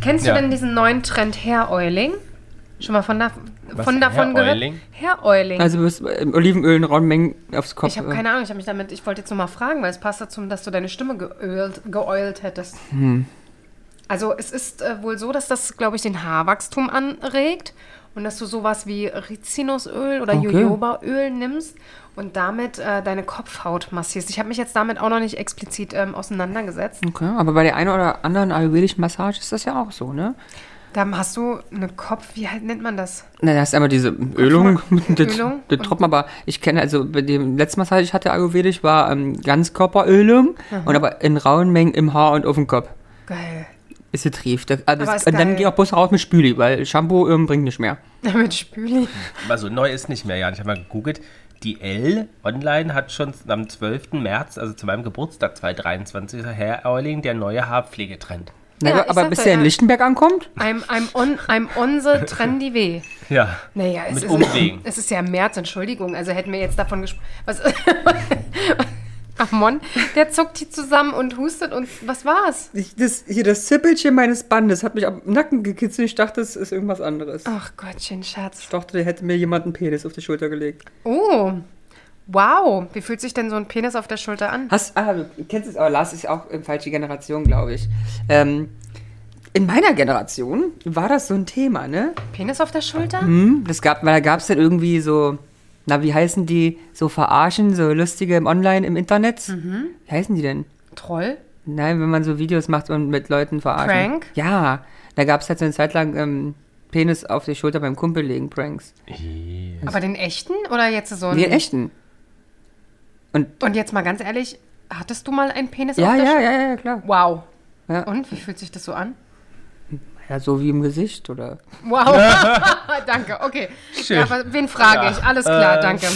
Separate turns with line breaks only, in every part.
Kennst
Ja.
du denn diesen neuen Trend Hair Oiling? Schon mal von, da,
Was,
von davon
Hair
gehört?
Oiling?
Hair Oiling.
Also äh, du bist im Olivenöl in rauen Mengen aufs Kopf.
ich habe keine Ahnung, ich habe mich damit, ich wollte jetzt nur mal fragen, weil es passt dazu, dass du deine Stimme geölt, geoilt hättest.
Hm.
Also es ist äh, wohl so, dass das, glaube ich, den Haarwachstum anregt und dass du sowas wie Rizinusöl oder
Okay.
Jojobaöl nimmst und damit äh, deine Kopfhaut massierst. Ich habe mich jetzt damit auch noch nicht explizit ähm, auseinandergesetzt.
Okay, aber bei der einen oder anderen ayurvedischen Massage ist das ja auch so, ne?
Da hast du eine Kopf, wie halt nennt man das?
Na, da hast du einmal diese Ölung, das,
Ölung
das Tropfen, aber ich kenne, also bei dem letzten Massage, die ich hatte ayurvedisch, war ähm, Ganzkörperölung und aber in rauen Mengen im Haar und auf dem Kopf.
Geil.
Ist getrieft. Da- Also
Aber
das,
ist
und dann
geil.
ging auch bloß raus mit Spüli, weil Shampoo ähm, bringt nicht mehr.
Mit Spüli.
Also neu ist nicht mehr, ja. Ich habe mal gegoogelt. Die L online hat schon am 12. März, also zu meinem Geburtstag 2023, Herr Euling, der neue Haarpflegetrend.
Na,
Ja,
aber-
ich
aber
sag
bis
ja,
der in
ja.
Lichtenberg ankommt,
I'm, I'm, on, I'm on the trendy way.
Ja.
Naja, es
Mit
ist,
Umwegen.
es ist ja im März, Entschuldigung. Also hätten wir jetzt davon gesprochen. Was? Ach Mann, der zuckt die zusammen und hustet und was war's?
Ich, das, hier das Zippelchen meines Bandes hat mich am Nacken gekitzelt. Ich dachte, es ist irgendwas anderes.
Ach Gottchen, Schatz.
Ich dachte, der hätte mir jemand einen Penis auf die Schulter gelegt.
Oh, wow. Wie fühlt sich denn so ein Penis auf der Schulter an?
Hast, ah, du kennst es, aber Lars ist auch in falsche Generation, glaube ich. Ähm, in meiner Generation war das so ein Thema, ne?
Penis auf der Schulter?
Hm? Das gab, weil da gab es dann irgendwie so, na, wie heißen die, so Verarschen, so lustige im Online, im Internet.
Mhm.
Wie heißen die denn?
Troll?
Nein, wenn man so Videos macht und mit Leuten verarscht.
Prank?
Ja, da gab es halt so eine Zeit lang ähm, Penis auf die Schulter beim Kumpel legen, Pranks.
Aber den echten oder jetzt so einen?
Nee, in echten.
Und jetzt mal ganz ehrlich, hattest du mal einen Penis
Ja,
auf der
ja,
Schulter?
ja, ja, klar.
Wow.
Ja.
Und wie fühlt sich das so an?
Ja, so wie im Gesicht, oder?
Wow. danke, okay. Ja, aber wen frage ich? Alles klar, danke.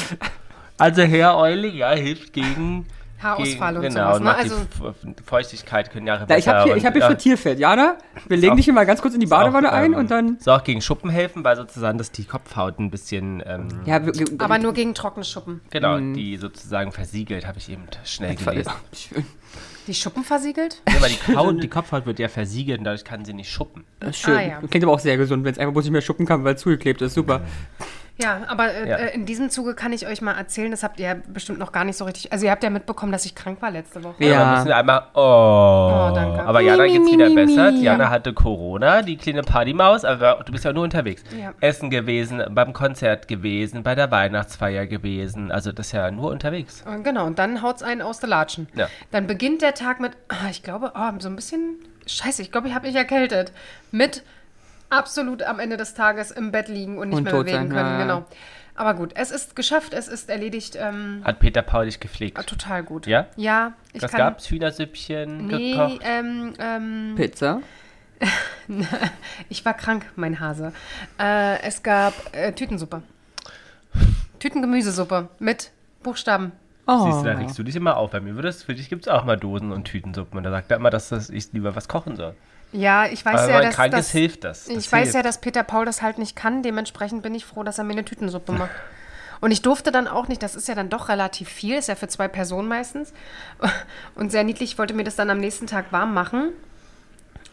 Also Herr Euling, ja, hilft gegen.
Haarausfall
gegen,
und
genau,
sowas, ne?
macht
Also-
die F- F- Feuchtigkeit können Jahre
Na, ich habe hier, ich hab hier
ja,
für Tierfett. Jana, wir legen
auch-
dich hier mal ganz kurz in die
ist auch,
Badewanne ein
ähm,
und dann.
Soll auch gegen Schuppen helfen, weil sozusagen, dass die Kopfhaut ein bisschen, ähm,
Ja, wir, wir-
Aber nur gegen trockene Schuppen.
genau,
Mhm.
die sozusagen versiegelt, habe ich eben schnell gelesen.
Die Schuppen versiegelt?
Ja, aber die, Haut, die Kopfhaut wird ja versiegelt und dadurch kann sie nicht schuppen.
Äh, Schön.
Ah, ja.
Klingt aber auch sehr gesund, wenn es einfach bloß nicht mehr schuppen kann, weil es zugeklebt ist. Super.
Ja, aber äh,
Ja.
äh, in diesem Zuge kann ich euch mal erzählen, das habt ihr bestimmt noch gar nicht so richtig. Also ihr habt ja mitbekommen, dass ich krank war letzte Woche.
Ja. Wir müssen einmal. Oh.
Oh, danke.
Aber Jana
Mi, mi,
geht's
mi,
wieder
mi,
besser.
mi.
Jana hatte Corona, die kleine Partymaus, aber du bist ja nur unterwegs.
Ja.
Essen gewesen, beim Konzert gewesen, bei der Weihnachtsfeier gewesen. Also das ist ja nur unterwegs.
Äh, Genau, und dann haut's einen aus der Latschen.
Ja.
Dann beginnt der Tag mit, ah, ich glaube, ah, so ein bisschen, scheiße, ich glaube, ich habe mich erkältet. Mit absolut am Ende des Tages im Bett liegen und nicht
Und
mehr
tot
bewegen
sein,
können.
ja, ja.
Genau. Aber gut, es ist geschafft, es ist erledigt. Ähm,
Hat Peter Paul dich gepflegt.
total gut.
Ja?
Ja, ich
Was
kann.
gab's? Hühnersüppchen
Nee,
gekocht.
ähm, ähm,
Pizza.
Ich war krank, mein Hase. Äh, es gab äh, Tütensuppe. Tütengemüsesuppe mit Buchstaben.
Oh.
Siehst du, da regst du dich immer auf. Bei mir würdest, für dich gibt's auch mal Dosen und Tütensuppen. Und da sagt er immer, dass das, ich lieber was kochen soll.
Ja, ich weiß
Aber wenn
ja,
man
dass,
krank
dass
ist, hilft das. Das
ich weiß
hilft.
ja, dass Peter Paul das halt nicht kann. Dementsprechend bin ich froh, dass er mir eine Tütensuppe macht. Und ich durfte dann auch nicht, das ist ja dann doch relativ viel, ist ja für zwei Personen meistens. Und sehr niedlich, ich wollte mir das dann am nächsten Tag warm machen.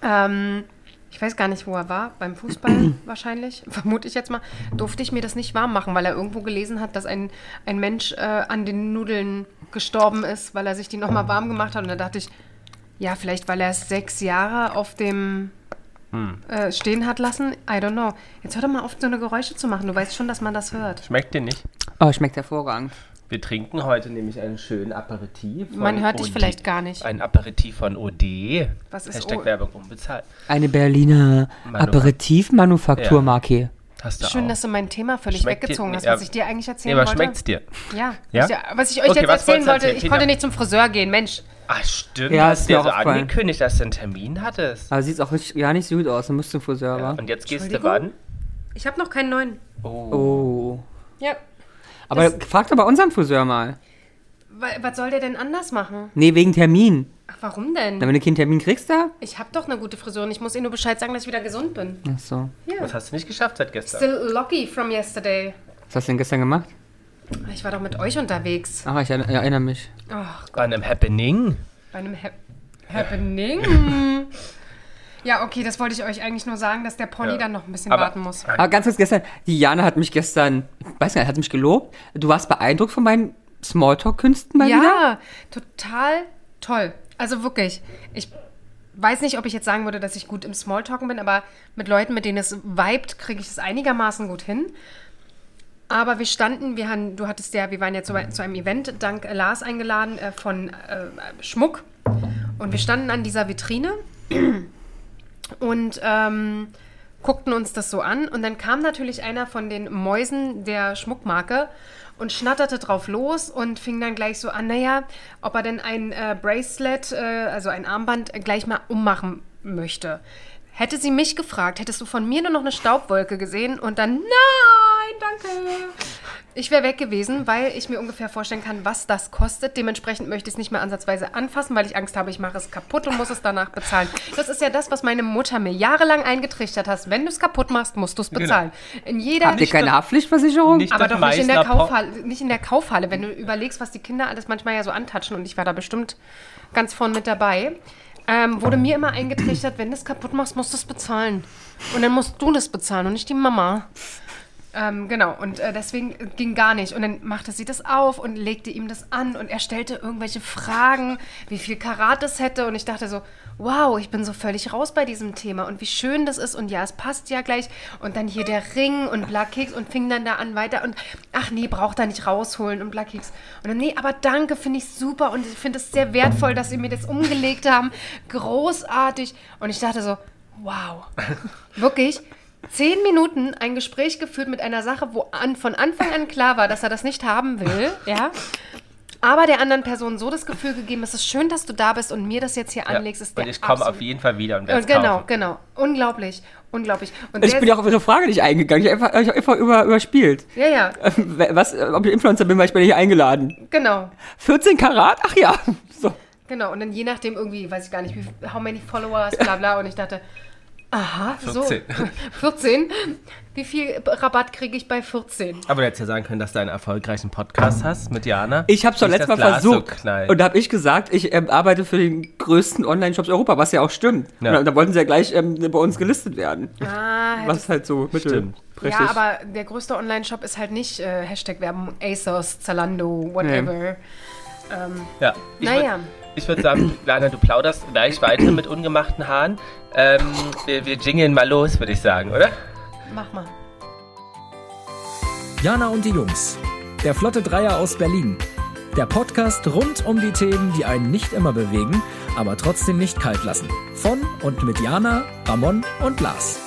Ähm, ich weiß gar nicht, wo er war, beim Fußball wahrscheinlich, vermute ich jetzt mal, durfte ich mir das nicht warm machen, weil er irgendwo gelesen hat, dass ein, ein Mensch äh, an den Nudeln gestorben ist, weil er sich die nochmal warm gemacht hat. Und da dachte ich, ja, vielleicht, weil er es sechs Jahre auf dem äh, stehen hat lassen. I don't know. Jetzt hör doch mal auf, so eine Geräusche zu machen. Du weißt schon, dass man das hört.
Schmeckt dir nicht?
Oh, schmeckt hervorragend.
Wir trinken heute nämlich einen schönen Aperitif. von
Man hört dich
OD.
vielleicht gar nicht.
Ein Aperitif von OD.
Was ist
Hashtag
O-
Werbung unbezahlt.
Eine Berliner
Manufak-
Aperitivmanufakturmarke.
Hast du
Schön,
auch.
dass du mein Thema völlig
Schmeckt dir-
weggezogen hast,
ja.
was ich dir eigentlich
Nee,
erzählen
aber
wollte.
schmeckt's dir?
Ja.
Ja?
Was, ich, was ich euch
Okay,
jetzt erzählen
was wolltest du
wollte,
erzählen?
ich konnte
Tina?
nicht zum Friseur gehen, Mensch.
Ach, stimmt.
Ja,
hast
ist
du
mir
ja so
auch aufgefallen.
angekündigt, dass du einen Termin hattest.
Aber sieht auch richtig, ja nicht so gut aus. Du musst zum Friseur, wa?
Und jetzt gehst du wann?
Entschuldigung? Ich habe noch keinen neuen.
Oh.
Oh.
Ja.
Aber frag doch bei unserem Friseur mal.
Wa- Was soll der denn anders machen?
Nee, wegen Termin.
Ach, warum denn?
Na, wenn du keinen Termin kriegst, da?
Ich habe doch eine gute Friseurin. Ich muss ihr nur Bescheid sagen, dass ich wieder gesund bin.
Ach so.
Ja.
Das hast du nicht geschafft seit gestern.
Still lucky from yesterday.
Was hast du denn gestern gemacht?
Ich war doch mit euch unterwegs.
Ach, Ah, ich er- erinnere mich.
Ach,
Bei einem Happening.
Bei einem Hap Happening. Ja, okay, das wollte ich euch eigentlich nur sagen, dass der Pony
Ja.
dann noch ein bisschen
Aber- Ah,
warten muss.
Aber ganz kurz gestern, die Jana hat mich gestern, ich weiß nicht, hat mich gelobt. Du warst beeindruckt von meinen Smalltalk-Künsten mal wieder?
Ja, total toll. Also wirklich, ich weiß nicht, ob ich jetzt sagen würde, dass ich gut im Smalltalken bin, aber mit Leuten, mit denen es vibet, kriege ich es einigermaßen gut hin. Aber wir standen, wir haben, du hattest ja, wir waren ja zu, zu einem Event dank äh, Lars eingeladen äh, von äh, Schmuck. Und wir standen an dieser Vitrine und ähm, guckten uns das so an. Und dann kam natürlich einer von den Mäusen der Schmuckmarke und schnatterte drauf los und fing dann gleich so an, naja, ob er denn ein äh, Bracelet, äh, also ein Armband, äh, gleich mal ummachen möchte. Hätte sie mich gefragt, hättest du von mir nur noch eine Staubwolke gesehen und dann, nein, danke. Ich wäre weg gewesen, weil ich mir ungefähr vorstellen kann, was das kostet. Dementsprechend möchte ich es nicht mehr ansatzweise anfassen, weil ich Angst habe, ich mache es kaputt und muss es danach bezahlen. Das ist ja das, was meine Mutter mir jahrelang eingetrichtert hat. Wenn du es kaputt machst, musst du es bezahlen. In jeder
Habt ihr keine Haftpflichtversicherung?
Nicht
aber
das
doch nicht in, der
Meißner Pop-
Kaufhalle, nicht in der Kaufhalle, wenn du überlegst, was die Kinder alles manchmal ja so antatschen und ich war da bestimmt ganz vorn mit dabei, ähm, wurde mir immer eingetrichtert, wenn du es kaputt machst, musst du es bezahlen. Und dann musst du das bezahlen und nicht die Mama. Ähm, genau, und äh, deswegen ging gar nicht. Und dann machte sie das auf und legte ihm das an und er stellte irgendwelche Fragen, wie viel Karat es hätte. Und ich dachte so, wow, ich bin so völlig raus bei diesem Thema und wie schön das ist. Und ja, es passt ja gleich. Und dann hier der Ring und Blackkeks und fing dann da an weiter. Und ach nee, braucht er nicht rausholen und Blackkeks. Und dann, nee, aber danke, finde ich super und ich finde es sehr wertvoll, dass sie mir das umgelegt haben. Großartig. Und ich dachte so, wow, wirklich zehn Minuten ein Gespräch geführt mit einer Sache, wo an, von Anfang an klar war, dass er das nicht haben will, ja. Aber der anderen Person so das Gefühl gegeben, es ist schön, dass du da bist und mir das jetzt hier
Ja.
anlegst, ist der
Und ich komme auf
absolute-
jeden Fall wieder und werde
und
es
genau,
kaufen.
genau. Unglaublich, unglaublich. Und
Ich
der-
bin ja auch auf Ihre Frage nicht eingegangen. Ich habe einfach, ich hab einfach über, überspielt.
ja, ja,
Was, äh, ob ich Influencer bin, weil ich bin hier eingeladen.
genau.
14 Karat? Ach ja. So.
Genau, und dann je nachdem irgendwie, weiß ich gar nicht, wie, how many followers, bla bla. Und ich dachte, aha,
14.
so. 14. Wie viel Rabatt kriege ich bei 14?
Aber du hättest ja sagen können, dass du einen erfolgreichen Podcast hast mit Jana.
Ich habe es doch
Mhm. Nicht
letztes Mal
das Glas
versucht.
knallt.
und da habe ich gesagt, ich ähm, arbeite für den größten Online-Shops Europa, was ja auch stimmt.
Ja.
Und da- da wollten sie ja gleich ähm, bei uns gelistet werden.
Ah, hätte
Was halt so
Stimmt.
mittelprächtig.
Ja, aber der größte Online-Shop ist halt nicht äh, Hashtag Werbung, ASOS, Zalando, whatever.
Ja. Ich
Naja.
würd- Ich würde sagen, Lana, du plauderst gleich weiter mit ungemachten Haaren. Ähm, wir, wir jingeln mal los, würde ich sagen, oder?
Mach mal.
Jana und die Jungs. Der Flotte Dreier aus Berlin. Der Podcast rund um die Themen, die einen nicht immer bewegen, aber trotzdem nicht kalt lassen. Von und mit Jana, Ramon und Lars.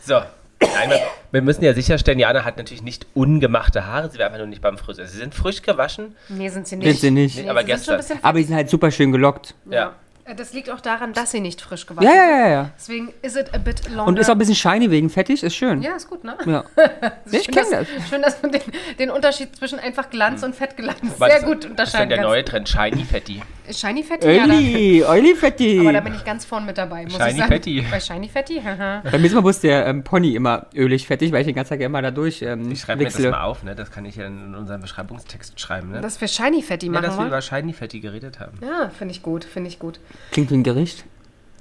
So. Nein, wir, wir müssen ja sicherstellen, Jana hat natürlich nicht ungemachte Haare. Sie war einfach nur nicht beim Friseur. Sie sind frisch gewaschen.
Nee, sind sie nicht.
Sind sie nicht.
Nee,
aber
sie sind schon ein
gestern.
bisschen-
Aber die sind halt super schön gelockt.
Ja.
Äh, Das liegt auch daran, dass sie nicht frisch gewaschen
Ja, ja,
sind.
ja, ja.
Deswegen is it a bit longer.
Und ist auch ein bisschen shiny wegen fettig, ist schön.
Oh, ja, ist gut, ne?
Ja.
Schön,
Nee, ich kenn
dass,
das. Hm.
Schön, dass du den, den Unterschied zwischen einfach Glanz und Fettglanz
Weil
sehr
das-
gut
Das ist dann
unterscheiden
der
kannst.
neue Trend, Shiny Fatty.
Shiny Fatty, ja, da,
Euli, Euli fetti.
aber da bin ich ganz vorn mit dabei, muss ich
Shiny
sagen.
Fatty.
Bei Shiny Fatty, haha.
Bei mir ist immer bloß der ähm, Pony immer ölig fettig, weil ich den ganzen Tag immer da durch ähm,
Ich schreibe mir das mal auf, ne? Das kann ich ja in unserem Beschreibungstext schreiben, ne?
Dass wir Shiny Fatty
ja,
machen
dass wir
wollen.
über Shiny Fatty geredet haben.
Ja, finde ich gut, finde ich gut.
Klingt wie ein Gericht.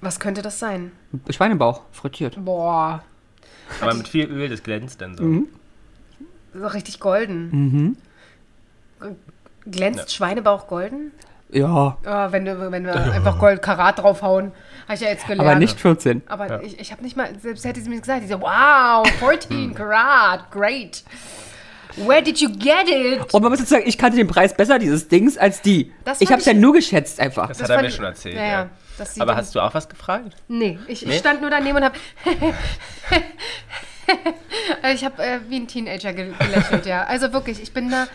Was könnte das sein?
Schweinebauch, frittiert.
Boah,
Aber mit viel Öl, das glänzt dann so.
Mhm. so richtig golden.
Mhm.
G- Glänzt Schweinebauch golden?
Ja,
Oh, wenn, du- wenn wir einfach Gold Karat draufhauen, habe ich ja jetzt gelernt.
aber nicht 14.
Aber ich, ich habe nicht mal, selbst hätte sie mir gesagt, ich so, wow, 14 Karat, great. Where did you get it?
Und man muss jetzt sagen, ich kannte den Preis besser dieses Dings als die.
Das
ich
fand
hab's ja
ich-
nur geschätzt einfach.
Das, hat er
fand
mir
ich-
schon erzählt.
Ja, ja. Das sieht
Aber
man-
hast du auch was gefragt?
Nee, ich, ich
Nee?
stand nur daneben und habe. ich habe äh, wie ein Teenager gel- gelächelt, ja. Also wirklich, ich bin da.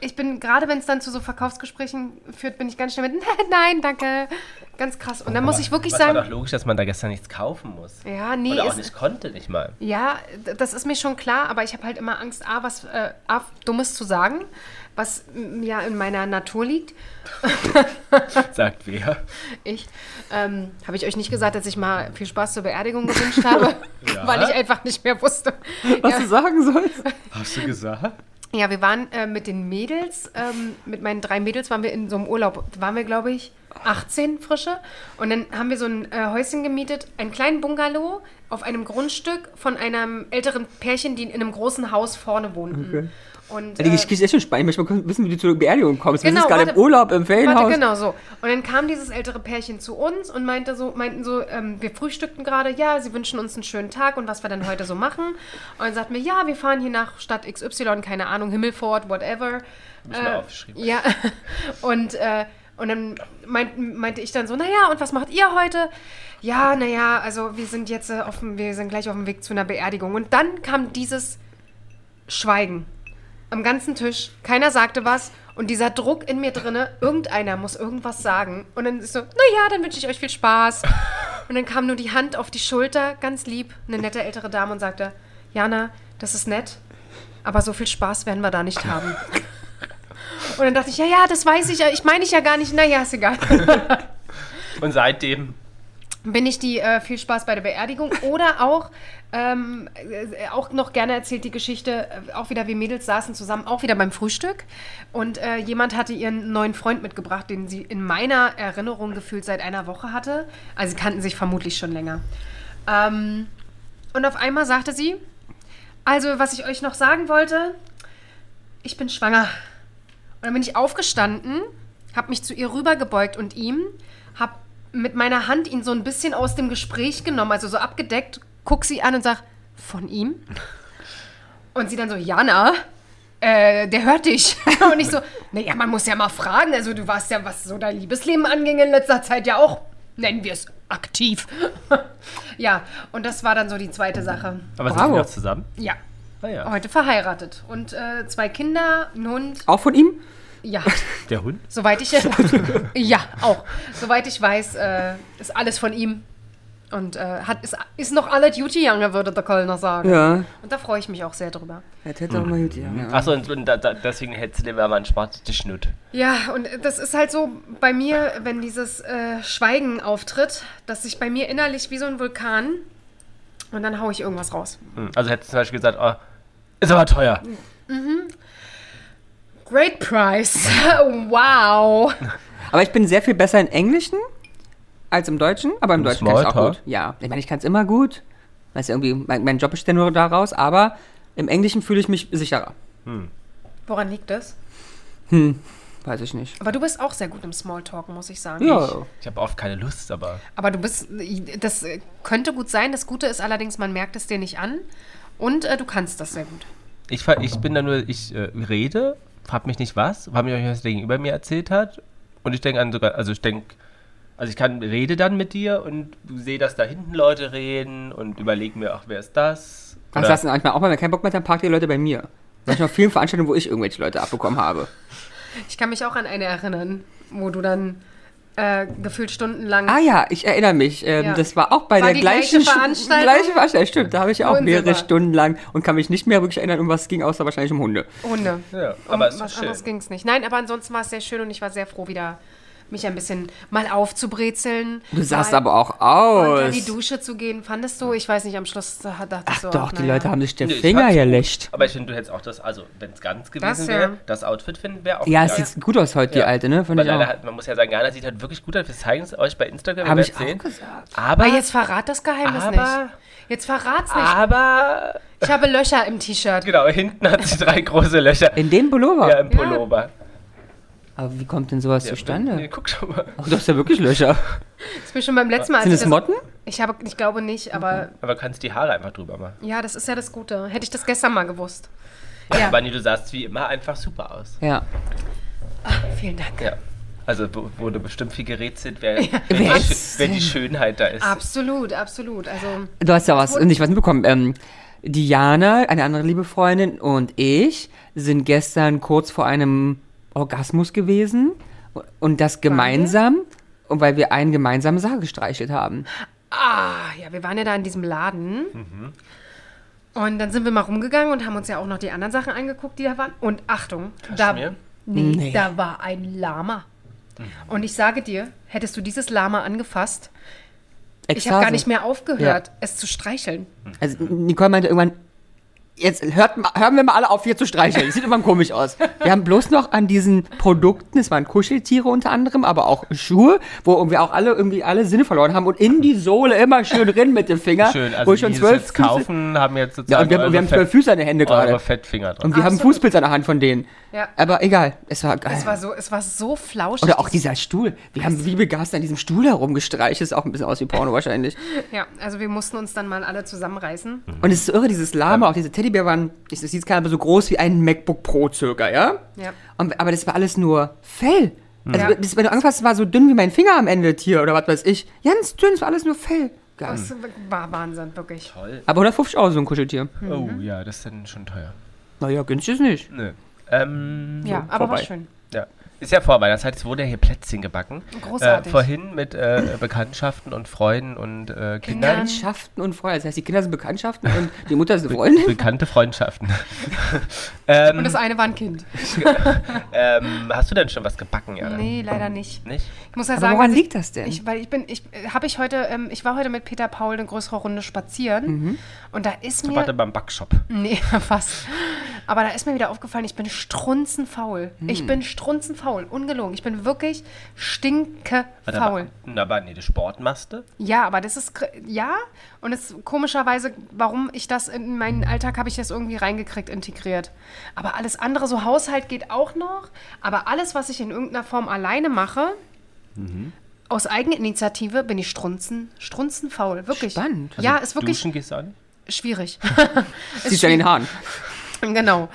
Ich bin, gerade wenn es dann zu so Verkaufsgesprächen führt, bin ich ganz schnell mit, nein, danke. Ganz krass. Und dann muss ich wirklich
Was war doch
sagen,
logisch, dass man da gestern nichts kaufen muss.
ja, nee,
Oder auch
ist,
nicht konnte, nicht mal.
Ja, d- das ist mir schon klar, aber ich habe halt immer Angst, A, was äh, A, Dummes zu sagen, was m, ja in meiner Natur liegt.
Sagt wer.
Ich ähm, habe ich euch nicht gesagt, dass ich mal viel Spaß zur Beerdigung gewünscht habe,
Ja.
weil ich einfach nicht mehr wusste.
Was
Ja,
du sagen sollst.
Hast du gesagt?
ja, wir waren äh, mit den Mädels, ähm, mit meinen drei Mädels waren wir in so einem Urlaub, waren wir glaube ich 18 frische. Und dann haben wir so ein äh, Häuschen gemietet, einen kleinen Bungalow auf einem Grundstück von einem älteren Pärchen, die in einem großen Haus vorne wohnten. Und,
Die
äh,
Geschichte ist schon spannend. Ich möchte mal wissen, wie du zur Beerdigung kommst. Wir sind
Genau,
gerade
warte.
im Urlaub,
Warte,
im Ferienhaus.
genau so. Und dann kam dieses ältere Pärchen zu uns und meinte so, meinten so, ähm, wir frühstückten gerade, ja, sie wünschen uns einen schönen Tag und was wir dann heute so machen. Und dann sagten wir, ja, wir fahren hier nach Stadt XY, keine Ahnung, Himmelfort, whatever.
ich mir aufgeschrieben.
Äh, Ja, und, äh, und dann meint, meinte ich dann so, naja, und was macht ihr heute? Ja, naja, also wir sind jetzt äh, auf dem, wir sind gleich auf dem Weg zu einer Beerdigung. Und dann kam dieses Schweigen am ganzen Tisch. Keiner sagte was. Und dieser Druck in mir drinne, irgendeiner muss irgendwas sagen. Und dann ist so, naja, dann wünsche ich euch viel Spaß. Und dann kam nur die Hand auf die Schulter, ganz lieb, eine nette ältere Dame und sagte, Jana, das ist nett, aber so viel Spaß werden wir da nicht haben. Und dann dachte ich, ja, ja, das weiß ich ja, ich meine ich ja gar nicht, naja, ist egal.
Und seitdem
Bin ich die äh, viel Spaß bei der Beerdigung oder auch, ähm, äh, auch noch gerne erzählt die Geschichte, äh, auch wieder wir Mädels saßen zusammen, auch wieder beim Frühstück und äh, jemand hatte ihren neuen Freund mitgebracht, den sie in meiner Erinnerung gefühlt seit einer Woche hatte. Also sie kannten sich vermutlich schon länger. Ähm, und auf einmal sagte sie, also was ich euch noch sagen wollte, ich bin schwanger. Und dann bin ich aufgestanden, habe mich zu ihr rübergebeugt und ihm, habe mit meiner Hand ihn so ein bisschen aus dem Gespräch genommen, also so abgedeckt, guck sie an und sag, von ihm? Und sie dann so, Jana, äh, der hört dich. Und ich so, naja, man muss ja mal fragen, also du warst ja, was so dein Liebesleben anging in letzter Zeit ja auch, nennen wir es, aktiv. ja, und das war dann so die zweite Sache.
Aber sind
Bravo.
wir noch zusammen?
Ja,
Ah ja.
heute verheiratet und äh, zwei Kinder, einen Hund,
Auch von ihm?
ja.
Oh.
Der Hund?
Soweit ich ja auch. Soweit ich weiß, äh, ist alles von ihm und äh, hat ist, ist noch alle Duty Younger, würde der Kölner sagen.
Ja.
Und da freue ich mich auch sehr drüber.
Das hätte auch mal gut, ja.
Achso, und, und da, da, deswegen hättest du immer mal einen schwarzen Schnut.
Ja, und das ist halt so bei mir, wenn dieses äh, Schweigen auftritt, dass sich bei mir innerlich wie so ein Vulkan und dann hau ich irgendwas raus.
Hm. Also hättest du zum Beispiel gesagt, oh, ist aber teuer.
Great Price. wow.
Aber ich bin sehr viel besser in Englischen als im Deutschen, aber im Deutschen kann ich auch
Smalltalk?
gut. Ja, ich meine, ich kann es immer gut. Weißt du, irgendwie, mein, mein Job besteht nur daraus, aber im Englischen fühle ich mich sicherer.
Woran liegt das?
Weiß ich nicht.
Aber du bist auch sehr gut im Smalltalk, muss ich sagen.
Ja.
Ich habe oft keine Lust, aber
Aber du bist, das könnte gut sein. Das Gute ist allerdings, man merkt es dir nicht an. Und äh, du kannst das sehr gut.
ich, ver- ich bin da nur, ich äh, rede, frag mich nicht was, frag mich auch nicht, was der gegenüber mir erzählt hat. Und ich denke an sogar, also ich denke, also ich kann, rede dann mit dir und sehe, dass da hinten Leute reden und überlege mir, ach, wer ist das?
Ach, das ist manchmal auch mal, wenn kein Bock mehr hat, dann parkt ihr Leute bei mir. Manchmal auf vielen Veranstaltungen, wo ich irgendwelche Leute abbekommen habe.
Ich kann mich auch an eine erinnern, wo du dann äh, gefühlt stundenlang
Ah ja, ich erinnere mich. Ähm,
Ja.
Das war auch bei
War
der
die
gleichen
gleiche
Sch-
Veranstaltung?
Gleiche Veranstaltung, stimmt. Da habe ich ja auch
Wunderbar.
mehrere Stunden lang und kann mich nicht mehr wirklich erinnern, um was es ging, außer wahrscheinlich um Hunde.
Hunde.
Ja,
Um
aber es ist
was
schön.
anderes ging es nicht. Nein, aber ansonsten war es sehr schön und ich war sehr froh, wieder mich ein bisschen mal aufzubrezeln.
Du sahst
mal
aber auch
unter
aus.
die Dusche zu gehen. Fandest du? Ich weiß nicht, am Schluss da- dachte ich
Ach
so.
doch, die
naja.
Leute haben sich den
Nee, ich
Finger
hab's gut.
geleckt.
Aber ich finde, du hättest auch das, also wenn es ganz gewesen
ja.
wäre, das Outfit finden wäre auch
Ja, es
gegangen.
sieht gut aus heute, die
Ja.
alte, ne? Fand
Weil
ich
leider
auch.
hat, man muss ja sagen, Jana sieht halt wirklich gut aus. Wir zeigen es euch bei Instagram. ihr
Hab ich
werdet sehen.
auch gesagt.
Aber
Aber,
Ah, jetzt verrat das Geheimnis
Aber-
nicht. Jetzt verrat's nicht.
aber,
Ich habe Löcher im T-Shirt.
genau, hinten hat sie drei große Löcher.
In dem Pullover?
Ja, im Pullover.
Aber wie kommt denn sowas
Nee, Also
zustande?
guck schon mal.
Ach, du hast ja wirklich Löcher.
Ist mir schon beim letzten Mal. als
Sind
ich
es Motten?
Ich, habe, ich glaube nicht, aber
Aber kannst die Haare einfach drüber machen.
ja, das ist ja das Gute. Hätte ich das gestern mal gewusst.
Ja.
Ja,
Aber nee, du sahst wie immer einfach super aus.
Ja.
Ah, vielen Dank.
Ja. Also wo- wurde bestimmt viel gerätselt, wer, wer,
Wer
die, Schö-
ist-
wer die Schönheit da ist.
Absolut, absolut. Also,
Du hast ja was, nicht was mitbekommen. Ähm, Diana, eine andere liebe Freundin und ich sind gestern kurz vor einem Orgasmus gewesen und das gemeinsam und weil wir eine gemeinsame Sache gestreichelt haben.
ah, ja, wir waren ja da in diesem Laden. Und dann sind wir mal rumgegangen und haben uns ja auch noch die anderen Sachen angeguckt, die da waren. Und Achtung, da, nee,
Kaschmir?
Nee.
da war ein Lama. Und ich sage dir, hättest du dieses Lama angefasst, ich habe
Ekstase.
gar nicht mehr aufgehört, es zu streicheln.
Also Nicole meinte irgendwann Jetzt hört, ma- hören wir mal alle auf, hier zu streicheln. Das sieht immer komisch aus. Wir haben bloß noch an diesen Produkten, es waren Kuscheltiere unter anderem, aber auch Schuhe, wo irgendwie auch alle irgendwie alle Sinne verloren haben und in die Sohle immer schön rein mit dem Finger.
Schön, also
wo
die,
schon
die
zwölf
es jetzt
Füße-
kaufen, haben jetzt
Ja,
sozusagen also
und wir, haben-
eure
wir haben
Fett-
zwölf Füße an den Händen
eure
gerade.
Oh, Fettfinger dran.
Und wir haben einen
Absolut.
Fußpilz an der Hand von denen.
Ja.
Aber egal, es war geil.
Es war so, es war so flauschig.
Oder auch dieser Stuhl. Wir haben wie begeistert an diesem Stuhl herumgestreicht. Ist auch ein bisschen aus wie Porno wahrscheinlich.
Ja, also wir mussten uns dann mal alle zusammenreißen.
Und es ist so irre, dieses Lama, auch diese Teddybär waren, das sieht keiner, aber so groß wie ein MacBook Pro circa, ja?
Ja.
Und, aber das war alles nur Fell. Also,
Ja.
das, wenn du angefasst hast, war so dünn wie mein Finger am Ende, Tier oder was weiß ich. Ganz dünn, es war alles nur Fell. Geil.
Das war Wahnsinn, wirklich.
Toll.
Aber 150 Euro so ein Kuscheltier.
Hm.
Oh
Mhm.
ja, das ist dann schon teuer.
Naja, günstig ist nicht.
Nö. Ähm,
Ja, aber
vorbei.
war schön.
ja. Ist ja Vorweihnachtszeit, es wurde ja hier Plätzchen gebacken.
Großartig.
Äh, vorhin mit äh, Bekanntschaften und Freunden und äh, Kindern.
Bekanntschaften und Freunde. Das heißt, die Kinder sind Bekanntschaften und die Mutter ist eine Freundin.
Bekannte Freundschaften. ähm,
Und das eine war ein Kind.
ähm, hast du denn schon was gebacken, Jana?
Nee, leider nicht.
Nicht?
Ich muss ja
Aber
sagen,
woran
dass
liegt das denn?
Ich, weil ich bin, ich habe ich heute, ähm, ich war heute mit Peter Paul eine größere Runde spazieren und da ist mir,
Warte beim Backshop.
nee, fast. Aber da ist mir wieder aufgefallen, ich bin strunzenfaul. Ich bin strunzenfaul, ungelogen. Ich bin wirklich
Warte,
stinkefaul.
Aber, aber nee, du Sport machst du?
Ja, aber das ist kr- ja und es komischerweise, warum ich das in meinen Alltag habe ich das irgendwie reingekriegt, integriert. Aber alles andere, so Haushalt geht auch noch, aber alles, was ich in irgendeiner Form alleine mache,
Mhm.
aus Eigeninitiative bin ich strunzen, strunzenfaul, wirklich.
Spannend. Also
ja, Ah, ist wirklich
Duschen gehst du an?
schwierig.
Siehst du an den Haaren.
genau.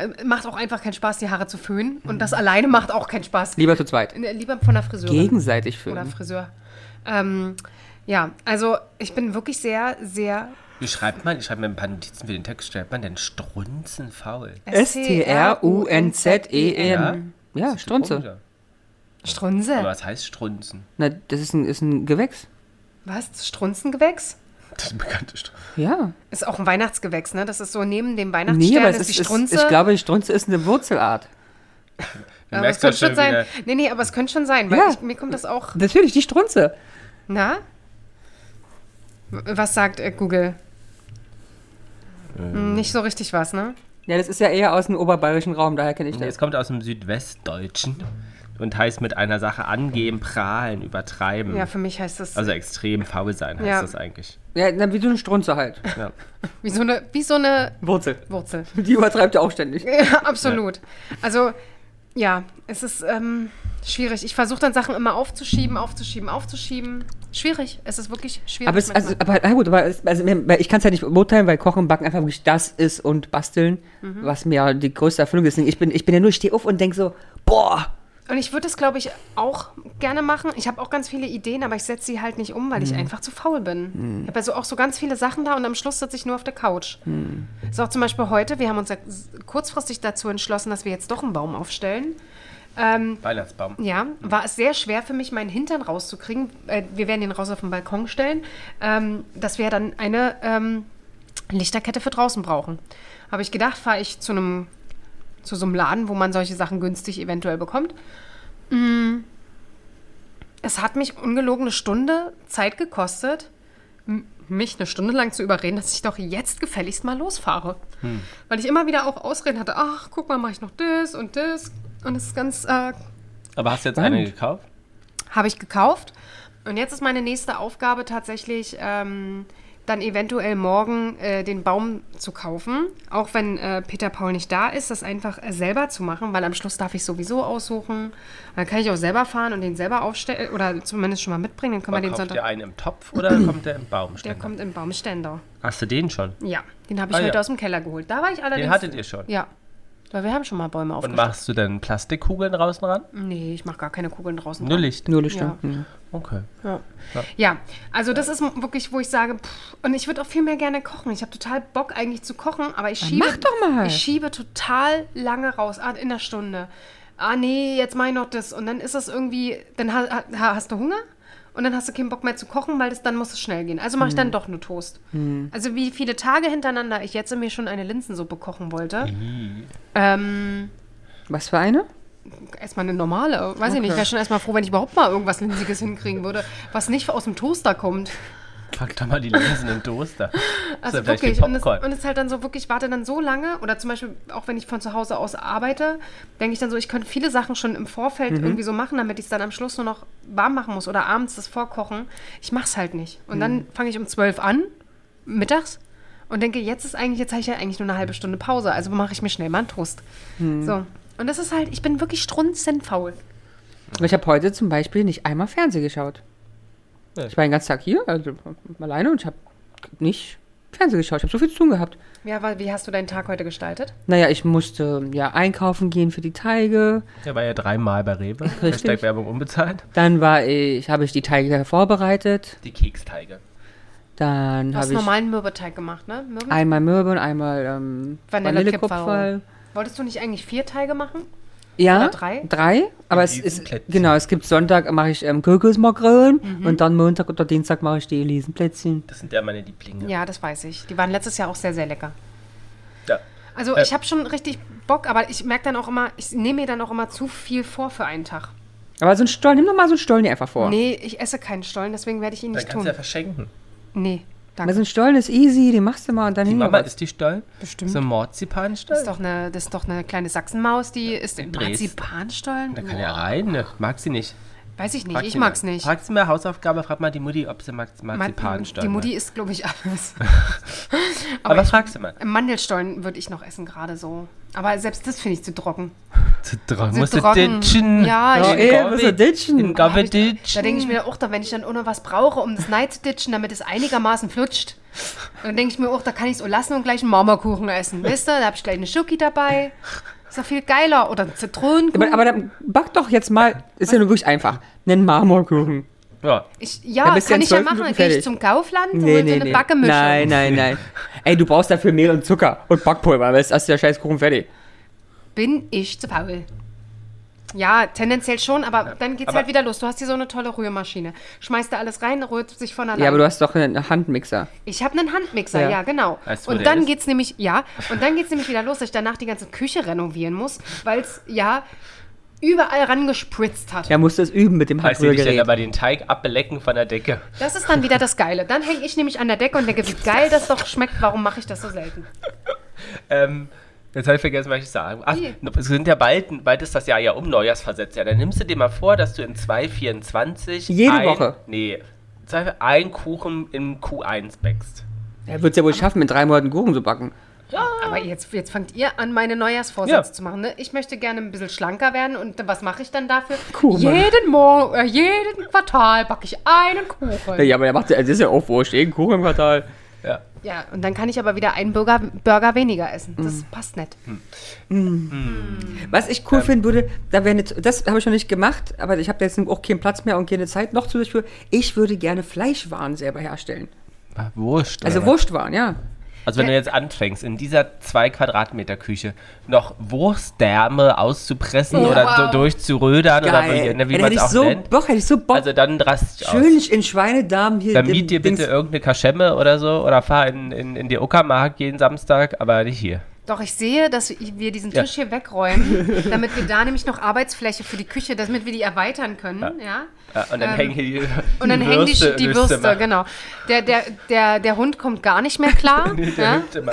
Ähm, Macht auch einfach keinen Spaß, die Haare zu föhnen
Mhm.
und das alleine macht auch keinen Spaß.
Lieber zu zweit.
Nee, Lieber von der Friseurin.
Gegenseitig für.
Oder Friseur. Ähm, ja, also ich bin wirklich sehr, sehr
Wie schreibt man? Ich schreibe mir ein paar Notizen für den Text. Schreibt man denn strunzenfaul?
E
S-T-R-U-N-Z-E-N. Ja,
Das ist
Strunze.
komischer. Aber
Strunze.
was heißt Strunzen?
Na, das ist ein, ist ein Gewächs.
Was? Strunzengewächs?
Das ist ein bekanntes Strunzen.
Ja.
Ist auch ein Weihnachtsgewächs, ne? Das ist so neben dem Weihnachtsstern
Nee, aber es
ist,
ist,
die
ist,
Strunze.
ich glaube, die Strunze ist eine Wurzelart.
Du
aber es
merkst
könnte
doch
schon
schon
sein.
wieder.
Nee, nee, aber es könnte schon sein, weil
Ja.
ich, mir kommt das auch.
Natürlich, die Strunze.
Na? W- Was sagt äh, Google?
Ähm.
Hm, Nicht so richtig was, ne?
Ja, das ist ja eher aus dem oberbayerischen Raum, daher kenne ich
Es
das.
kommt aus dem Südwestdeutschen und heißt mit einer Sache angeben, prahlen, übertreiben.
Ja, für mich heißt das
also extrem faul sein heißt
Ja.
das eigentlich.
Ja, na, wie so eine Strunze halt.
Ja.
wie so eine, wie so eine
Wurzel.
Wurzel.
Die übertreibt ja auch ständig.
Ja, absolut. Also, ja, es ist ähm, schwierig. Ich versuche dann Sachen immer aufzuschieben, aufzuschieben, aufzuschieben. Schwierig. Es ist wirklich schwierig.
Aber, es, also,
manchmal.
aber na gut, aber es, also, mir- weil ich kann es ja nicht beurteilen, weil Kochen, Backen einfach wirklich das ist und Basteln,
Mhm.
was mir die größte Erfüllung ist. Ich bin, ich bin ja nur, ich stehe auf und denke so, boah,
Und ich würde es, glaube ich, auch gerne machen. Ich habe auch ganz viele Ideen, aber ich setze sie halt nicht um, weil
Mhm.
ich einfach zu faul bin. Ich habe also auch so ganz viele Sachen da und am Schluss sitze ich nur auf der Couch.
Mhm.
Ist auch zum Beispiel heute, wir haben uns ja s- kurzfristig dazu entschlossen, dass wir jetzt doch einen Baum aufstellen. Ähm,
Weihnachtsbaum.
Ja, war es sehr schwer für mich, meinen Hintern rauszukriegen. Äh, wir werden den raus auf den Balkon stellen, ähm, dass wir dann eine ähm, Lichterkette für draußen brauchen. Habe ich gedacht, fahre ich zu einem zu so einem Laden, wo man solche Sachen günstig eventuell bekommt. Mm. Es hat mich ungelogen eine Stunde Zeit gekostet, m- mich eine Stunde lang zu überreden, dass ich doch jetzt gefälligst mal losfahre. Weil ich immer wieder auch Ausreden hatte, ach, guck mal, mache ich noch das und das. Und es ist ganz äh,
Aber hast du jetzt
Spannend.
eine gekauft?
habe ich gekauft. Und jetzt ist meine nächste Aufgabe tatsächlich, ähm, dann eventuell morgen äh, den Baum zu kaufen. Auch wenn äh, Peter Paul nicht da ist, das einfach äh, selber zu machen, weil am Schluss darf ich sowieso aussuchen. Dann kann ich auch selber fahren und den selber aufstellen oder zumindest schon mal mitbringen. Dann können wir
Aber
den
kauft
Sonntag.
der einen im Topf oder kommt der im
Der
Baumständer?
kommt im Baumständer.
Hast du den schon?
Ja, den habe ich
Ah,
heute
ja.
aus dem Keller geholt. Da war ich allerdings.
Den hattet ihr schon.
Ja. Weil wir haben schon mal Bäume
Und
aufgestellt.
machst du dann Plastikkugeln draußen ran?
Nee, ich mache gar keine Kugeln draußen.
Nur
dran.
Licht.
nur Mhm. Licht.
Ja.
Ja.
Okay.
Ja. ja, also das ist wirklich, wo ich sage, pff, und ich würde auch viel mehr gerne kochen. Ich habe total Bock eigentlich zu kochen, aber ich schiebe,
mach doch mal.
ich schiebe total lange raus, ah, in der Stunde. Ah nee, jetzt mach ich noch das und dann ist das irgendwie, dann ha, ha, hast du Hunger und dann hast du keinen Bock mehr zu kochen, weil das, dann muss es schnell gehen. Also mache
Hm.
ich dann doch nur Toast. Also wie viele Tage hintereinander ich jetzt in mir schon eine Linsensuppe kochen wollte. Ähm,
Was für eine?
erstmal eine normale. Weiß ich nicht, ich wäre schon erstmal froh, wenn ich überhaupt mal irgendwas Linsiges hinkriegen würde, was nicht aus dem Toaster kommt.
Pack doch mal die Linsen in den Toaster.
Also
ja vielleicht wie
wirklich. Und es,
Popcorn.
und es ist halt dann so wirklich, ich warte dann so lange oder zum Beispiel auch wenn ich von zu Hause aus arbeite, denke ich dann so, ich könnte viele Sachen schon im Vorfeld
Mhm.
irgendwie so machen, damit ich es dann am Schluss nur noch warm machen muss oder abends das vorkochen. Ich mach's halt nicht. Und
Mhm.
dann fange ich um 12 an, mittags, und denke, jetzt ist eigentlich, jetzt habe ich ja eigentlich nur eine halbe Stunde Pause, also mache ich mir schnell mal einen Toast.
Mhm.
So. Und das ist halt, ich bin wirklich strunzenfaul.
Ich habe heute zum Beispiel nicht einmal Fernsehen geschaut.
Ja.
Ich war den ganzen Tag hier, also alleine und ich habe nicht Fernsehen geschaut. Ich habe so viel zu tun gehabt.
Ja, aber wie hast du deinen Tag heute gestaltet?
Naja, ich musste ja einkaufen gehen für die Teige.
Der war ja dreimal bei Rewe.
Richtig.
Hashtag Werbung unbezahlt.
Dann war ich, habe ich die Teige vorbereitet.
Die Keksteige.
Dann
Du hast
habe ich
normalen Mürbeteig gemacht, ne? Mürben?
einmal Mürbe und einmal ähm,
Vanillekipferl.
Vanillekipferl.
Wolltest du nicht eigentlich vier Teige machen?
Ja,
Oder drei?
Drei, aber
In
es
diesen
ist,
Plätzchen.
genau, es gibt Sonntag mache ich ähm, Kürbismagrillen
Mhm.
und dann Montag oder Dienstag mache ich die Elisenplätzchen.
Das sind ja meine Lieblinge.
Ja, das weiß ich. Die waren letztes Jahr auch sehr, sehr lecker.
Ja.
Also
Äh.
ich habe schon richtig Bock, aber ich merke dann auch immer, ich nehme mir dann auch immer zu viel vor für einen Tag.
Aber so ein Stollen, nimm doch mal so einen Stollen hier einfach vor.
Nee, ich esse keinen Stollen, deswegen werde ich ihn
Dann
nicht
kannst
tun.
du ja verschenken.
nee,
Aber
danke.
so ein Stollen ist easy, den machst du mal und dann
Die
hin.
Mama ist die Stollen.
Bestimmt.
So ein Marzipanstollen.
Das ist, doch eine, das ist doch eine kleine Sachsenmaus, die isst im
Dresd.
Marzipanstollen.
Da kann ja rein. Ne? Mag sie nicht.
Weiß ich nicht,
Frag
ich
sie
mag's
mal.
nicht.
Frag sie mal Hausaufgabe, frag mal die Mutti, ob sie Marz-
Ma-
Marzipanstollen
die
mag.
Mutti isst, glaube ich, alles.
Aber,
ich-
frag sie mal.
Mandelstollen würde ich noch essen, gerade so. Aber selbst das finde ich zu trocken.
Zu trocken.
Zu
Musst du
trocken.
ditchen.
Ja,
Ja,
ich
ey, musst du ditchen.
In
Hab
Gabe
ich- Da denke ich
ditchen.
mir auch, da, wenn ich dann auch noch was brauche, um das Neid zu ditchen, damit es einigermaßen flutscht, dann denke ich mir auch, da kann ich es auch lassen und gleich einen Marmorkuchen essen. Wisst ihr, da habe ich gleich eine Schoki dabei. Ist doch viel geiler. Oder einen Zitronenkuchen.
Aber, aber dann back doch jetzt mal, ist ja nur wirklich einfach, einen Marmorkuchen.
Ja.
ich, ja,
dann bist du
kann
in
ich ja
12
machen. Dann
Minuten
gehe ich
fertig.
zum Kaufland und hole so eine Backemischung.
Nein, nein, nein. Ey, du brauchst dafür Mehl und Zucker und Backpulver, weil es ist der scheiß Kuchen fertig.
Bin ich zu faul. Ja, tendenziell schon, aber dann geht's
aber-
halt wieder los. Du hast hier so eine tolle Rührmaschine. Schmeißt da alles rein, rührt sich von alleine.
Ja, aber du hast doch einen Handmixer.
Ich habe einen Handmixer, ja,
Ja.
genau.
Weißt du, wo
und
der
dann
ist?
geht's nämlich, ja, und dann geht's nämlich wieder los, dass ich danach die ganze Küche renovieren muss, weil es ja überall rangespritzt hat.
Ja, musst du es üben mit dem
Heißt sie dich dann
Handrührgerät.
aber den Teig abbelecken von der Decke.
Das ist dann wieder das Geile. Dann hänge ich nämlich an der Decke und denke, wie geil das doch schmeckt, warum mache ich das so selten?
Ähm, jetzt habe ich vergessen, was ich sagen Ach,
Wie?
es sind ja bald, bald ist das Jahr ja um Neujahrsversetzt. Ja, dann nimmst du dir mal vor, dass du in 2024
Jede
ein,
Woche.
Nee, zwei- ein Kuchen im Q1 backst.
Er wird es ja wohl schaffen, mit drei Monaten Kuchen zu backen.
Aber jetzt, jetzt fangt ihr an, meine Neujahrsvorsätze
Ja.
zu machen. Ne? Ich möchte gerne ein bisschen schlanker werden und was mache ich dann dafür?
Kuchen machen.
Jeden Morgen, äh, jeden Quartal backe ich einen Kuchen.
Ja, aber der macht, das ist ja auch wurscht, irgendein Kuchen im Quartal.
Ja.
Ja, und dann kann ich aber wieder einen Burger, Burger weniger essen. Das
Mhm.
passt nicht.
Was ich cool
Ähm.
finden würde, da wäre eine, das habe ich noch nicht gemacht, aber ich habe jetzt auch keinen Platz mehr und keine Zeit noch zusätzlich für. Ich würde gerne Fleischwaren selber herstellen.
Ah, Wurst.
Also
oder was?
Wurstwaren, ja.
also wenn du jetzt anfängst, in dieser 2 Quadratmeter Küche noch Wurstdärme auszupressen
Oh,
oder
wow.
so durchzurödern oder wie,
Geil.
ne, wie
Ey, da
man
hätte
es
ich
auch
so
nennt.
Bock, hätte ich so Bock.
Also dann rastisch aus.
Schön in Schweinedarm hier.
Dann
dem
miet dir bitte
Dings-
irgendeine Kaschemme oder so oder fahr in, in, in die Uckermark jeden Samstag, aber nicht hier.
Doch, ich sehe, dass wir diesen
Ja.
Tisch hier wegräumen, damit wir da nämlich noch Arbeitsfläche für die Küche, damit wir die erweitern können. Ja.
Ja, und dann
Ähm,
hängen hier die,
Und dann
die
hängen
Würste
die, die
durchs
Würste,
Zimmer.
genau. Der, der, der, der Hund kommt gar nicht mehr klar. ja?
Nicht immer,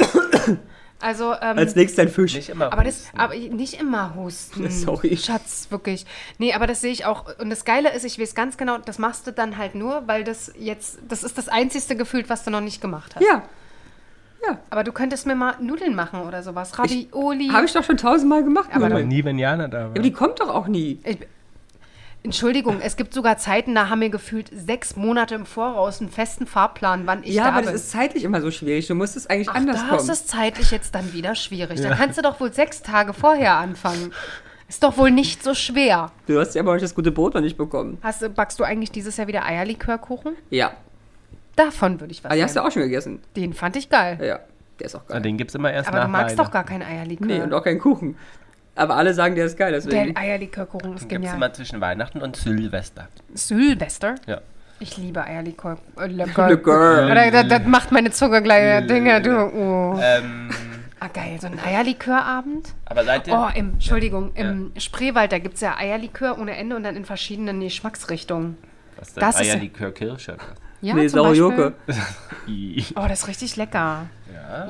Also, ähm,
Als nächstes ein Fisch.
nicht immer
aber das,
husten.
aber nicht immer husten.
Sorry.
Schatz, wirklich. Nee, aber das sehe ich auch. Und das Geile ist, ich weiß ganz genau, das machst du dann halt nur, weil das jetzt, das ist das einzigste Gefühl, was du noch nicht gemacht hast.
Ja,
Aber du könntest mir mal Nudeln machen oder sowas. Ravioli.
habe ich doch schon tausendmal gemacht.
Aber
Nudeln.
Aber nie, ne? wenn Jana da war.
aber die kommt doch auch nie.
Ich, Entschuldigung, es gibt sogar Zeiten, da haben wir gefühlt sechs Monate im Voraus einen festen Fahrplan, wann ich
ja,
da
aber
bin.
das ist zeitlich immer so schwierig. Du musst es eigentlich
Ach,
anders
da ist
kommen.
das zeitlich jetzt dann wieder schwierig. Da kannst du doch wohl sechs Tage vorher anfangen. Ist doch wohl nicht so schwer.
Du hast ja bei euch das gute Brot noch nicht bekommen.
Hast, du- backst du eigentlich dieses Jahr wieder Eierlikörkuchen?
Ja.
Davon würde ich was
Aber die hast du
nehmen.
auch schon gegessen.
Den fand ich geil.
Ah, Ja, Ja, der ist auch geil.
Und den gibt's immer erst
Aber
nach
du magst
Weihnachten.
doch gar kein Eierlikör.
Nee, und auch kein Kuchen. Aber alle sagen, der ist geil, deswegen.
Der ah, Eierlikörkuchen ist
Den gibt's
genial.
immer zwischen Weihnachten und Silvester.
Silvester?
Ja.
Ich liebe Eierlikör. Äh,
Le
Likör.
Girl.
Oder das, das macht meine Zucker gleich. Dinge, du. Oh.
Ähm,
Ah, geil, so ein Eierlikörabend.
aber seitdem.
Oh, im, Entschuldigung, im Spreewald, da gibt es ja Eierlikör ohne Ende und dann in verschiedenen Geschmacksrichtungen.
was
das ist-
Eierlikör Kirsche.
Ja,
nee,
zum
saure
Beispiel.
Joke.
Oh, das ist richtig lecker.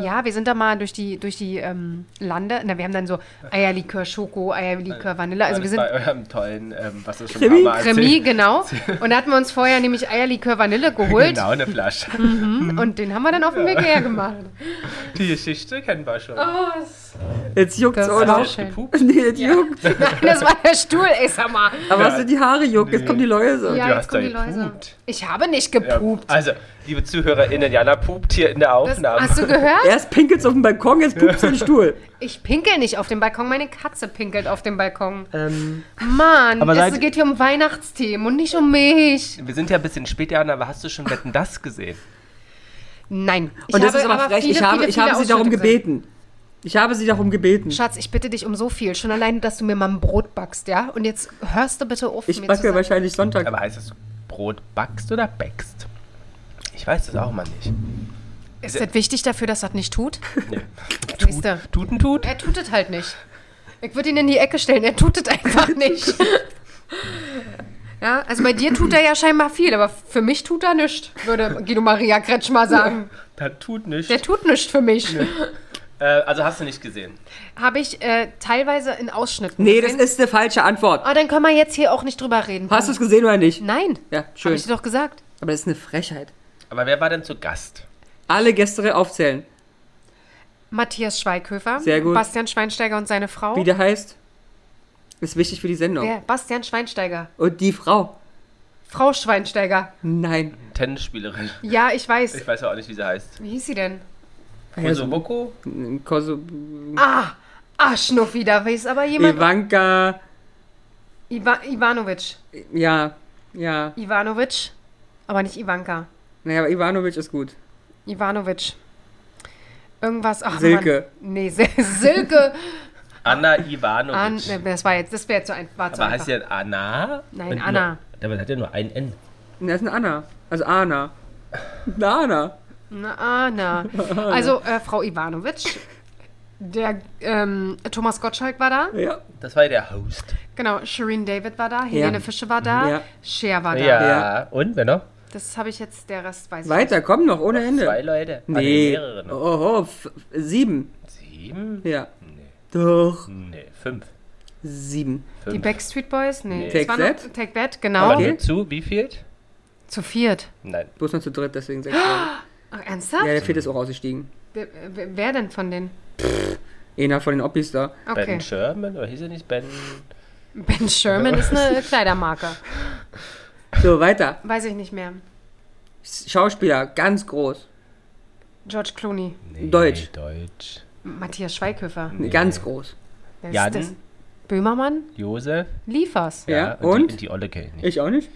Ja, wir sind da mal durch die, durch die ähm, Lande. Na, wir haben dann so Eierlikör, Schoko, Eierlikör, Vanille. Also wir sind
bei eurem tollen, ähm, was ist schon
Krimi?
ein paar Mal
Krimi,
erzählt.
genau. Und da hatten wir uns vorher nämlich Eierlikör, Vanille geholt.
Genau, eine Flasche. Genau.
Und den haben wir dann auf dem Weg hergemacht.
Die Geschichte kennen wir schon.
Jetzt juckt's
Das
auch
ist auch
noch.
Oh, schön.
Nee, jetzt juckt.
Nein, das war der Stuhl, ey, sag mal.
Aber hast du die Haare juckt? Jetzt
Nee.
kommen die Läuse.
Ja,
Du
jetzt
hast
kommen die
da
Läuse.
gepupt.
Ich habe nicht
Ja,
gepupt.
also, liebe ZuhörerInnen, Jana pupt hier in der
Das,
Aufnahme.
hast du gehört?
Erst pinkelt's auf dem Balkon, jetzt pupst den Stuhl.
Ich pinkel nicht auf dem Balkon, meine Katze pinkelt auf dem Balkon.
Ähm,
Mann,
Aber
es
seit-
geht hier um Weihnachtsthemen und nicht um mich.
Wir sind ja ein bisschen spät, Jana, aber hast du schon Wetten, das gesehen?
Nein. Ich
und das
habe
ist aber frech. ich
viele,
habe,
viele,
ich
viele
habe sie darum
Ausschnitte gesehen.
gebeten. Ich habe sie darum gebeten.
Schatz, ich bitte dich um so viel. Schon allein, dass du mir mal ein Brot backst, ja? Und jetzt hörst du bitte auf,
Ich
mir zu
backe
sagen-
wahrscheinlich Sonntag.
Aber heißt das Brot backst oder backst? Ich weiß das auch mal nicht.
Ist das wichtig dafür, dass das nicht tut?
Nee.
Siehst du?
Tuten tut?
Er tut es halt nicht. Ich würde ihn in die Ecke stellen, er tut es einfach nicht. Ja, also bei dir tut er ja scheinbar viel, aber für mich tut er nichts, würde Guido Maria Kretschmer sagen.
Das tut nicht.
Der tut nichts für mich.
Äh, also hast du nicht gesehen.
Habe ich äh, teilweise in Ausschnitten.
Nee, das
gesehen.
ist eine falsche Antwort.
Aber dann können wir jetzt hier auch nicht drüber reden.
Hast du es gesehen oder nicht?
Nein.
Ja,
Habe
schön.
Hm. ich dir doch gesagt.
Aber das ist eine Frechheit.
Aber wer war denn zu Gast?
Alle Gäste aufzählen.
Matthias Schweighöfer.
Sehr gut.
Bastian Schweinsteiger und seine Frau.
Wie der heißt, ist wichtig für die Sendung.
Wer? Bastian Schweinsteiger.
Und die Frau.
Frau Schweinsteiger.
Nein.
Tennisspielerin.
Ja, ich weiß.
Ich weiß ja auch nicht, wie sie heißt.
Wie hieß sie denn?
Also Boko?
Koso
Ah, ah, Schnuffi, da weiß aber jemand.
Ivanka.
Iva Ivanovic.
Ja, ja.
Ivanovic, aber nicht Ivanka.
Naja, aber Ivanovic ist gut.
Ivanovic. Irgendwas. Ach,
Silke.
Mann. Nee, Sil Silke.
Anna Ivanovic.
An, nee, das war jetzt, das wäre jetzt so ein, war zu
aber
einfach.
heißt sie denn Anna?
Nein, Anna.
Nur, aber hat ja nur ein N.
Und da ist eine Anna. Also Anna. Eine Anna.
Na, na. Also, äh, Frau Ivanovic. Der ähm, Thomas Gottschalk war da.
Ja.
Das war ja der Host.
Genau, Shireen David war da. Helene Fische war da.
Ja.
Cher war da.
Ja. Und, wer noch?
Das habe ich jetzt, der Rest weiß ich.
Weiter, komm noch, ohne
Zwei
Ende.
Leute. Ah,
Nee.
mehrere noch.
Oh, oh, f- sieben.
Sieben?
Ja. Doch.
Nee, fünf.
Sieben.
Die
fünf.
Backstreet Boys? Nee.
Take
Es war noch-
That?
Take That, genau.
Aber
Okay.
nur zu, wie viel?
Zu viert.
Nein.
Bloß noch zu dritt, deswegen sechs. ja,
Ach, ernsthaft?
der vierte ist auch ausgestiegen.
Wer, wer- wer denn von denen?
Einer von den Oppis da.
Okay.
Ben Sherman? Oder hieß er nicht Ben?
Ben Sherman ist eine Kleidermarke.
So, weiter.
Weiß ich nicht mehr.
Schauspieler, ganz groß.
George Clooney,
Nee,
Deutsch.
Deutsch.
Matthias Schweighöfer,
Ganz groß.
wer ist
Jan?
das? Böhmermann,
Josef?
Liefers.
Ja,
Die,
und?
die Olle kenne ich nicht.
Ich auch nicht.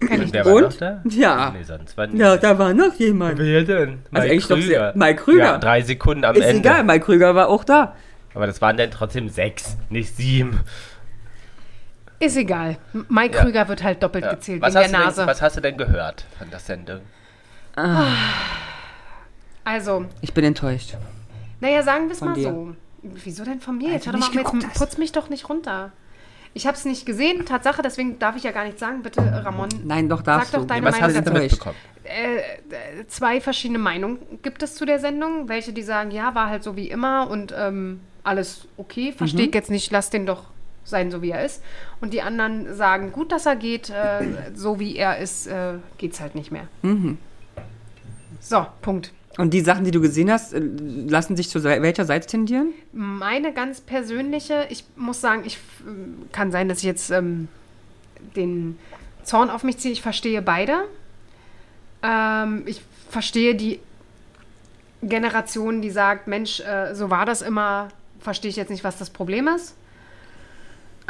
Kenn ich
Und wer
nicht.
war
Und?
noch da?
Ja.
Nee, sonst war
Ja,
niemand.
da war noch jemand.
Wer denn? Mike
eigentlich doch
Krüger.
sehr- Mike Krüger.
Ja, drei Sekunden am
Ist
Ende.
egal, Mike Krüger war auch da.
Aber das waren dann trotzdem sechs, nicht sieben.
Ist egal. M- Mike
Ja.
Krüger wird halt doppelt
Ja.
gezählt
was,
wegen
hast
der
Du
Nase.
denn, was hast du denn gehört von der Sendung?
also,
Ich bin enttäuscht.
naja, sagen wir es
Von
mal
dir.
so. Wieso denn von mir? Jetzt,
du
hör doch
nicht
mal, auf,
geguckt
jetzt
hast.
putz mich doch nicht runter. Ich habe es nicht gesehen, Tatsache, deswegen darf ich ja gar nichts sagen. Bitte, äh, Ramon,
Nein, doch darfst
Sag
du.
doch deine
Was
Meinung
hast du
dazu.
denn
Enttäuscht.
mitbekommen?
äh, zwei verschiedene Meinungen gibt es zu der Sendung. Welche, die sagen, ja, war halt so wie immer und ähm, alles okay, verstehe
Mhm.
ich jetzt nicht, lass den doch sein, so wie er ist. Und die anderen sagen, gut, dass er geht, äh, so wie er ist, äh, geht's halt nicht mehr.
Mhm.
So, Punkt.
Und die Sachen, die du gesehen hast, äh, lassen sich zu se- welcher Seite tendieren?
Meine ganz persönliche, ich muss sagen, ich ähm, kann sein, dass ich jetzt ähm, den Zorn auf mich ziehe. Ich verstehe beide. Ähm, ich verstehe die Generation, die sagt, Mensch, äh, so war das immer, verstehe ich jetzt nicht, was das Problem ist.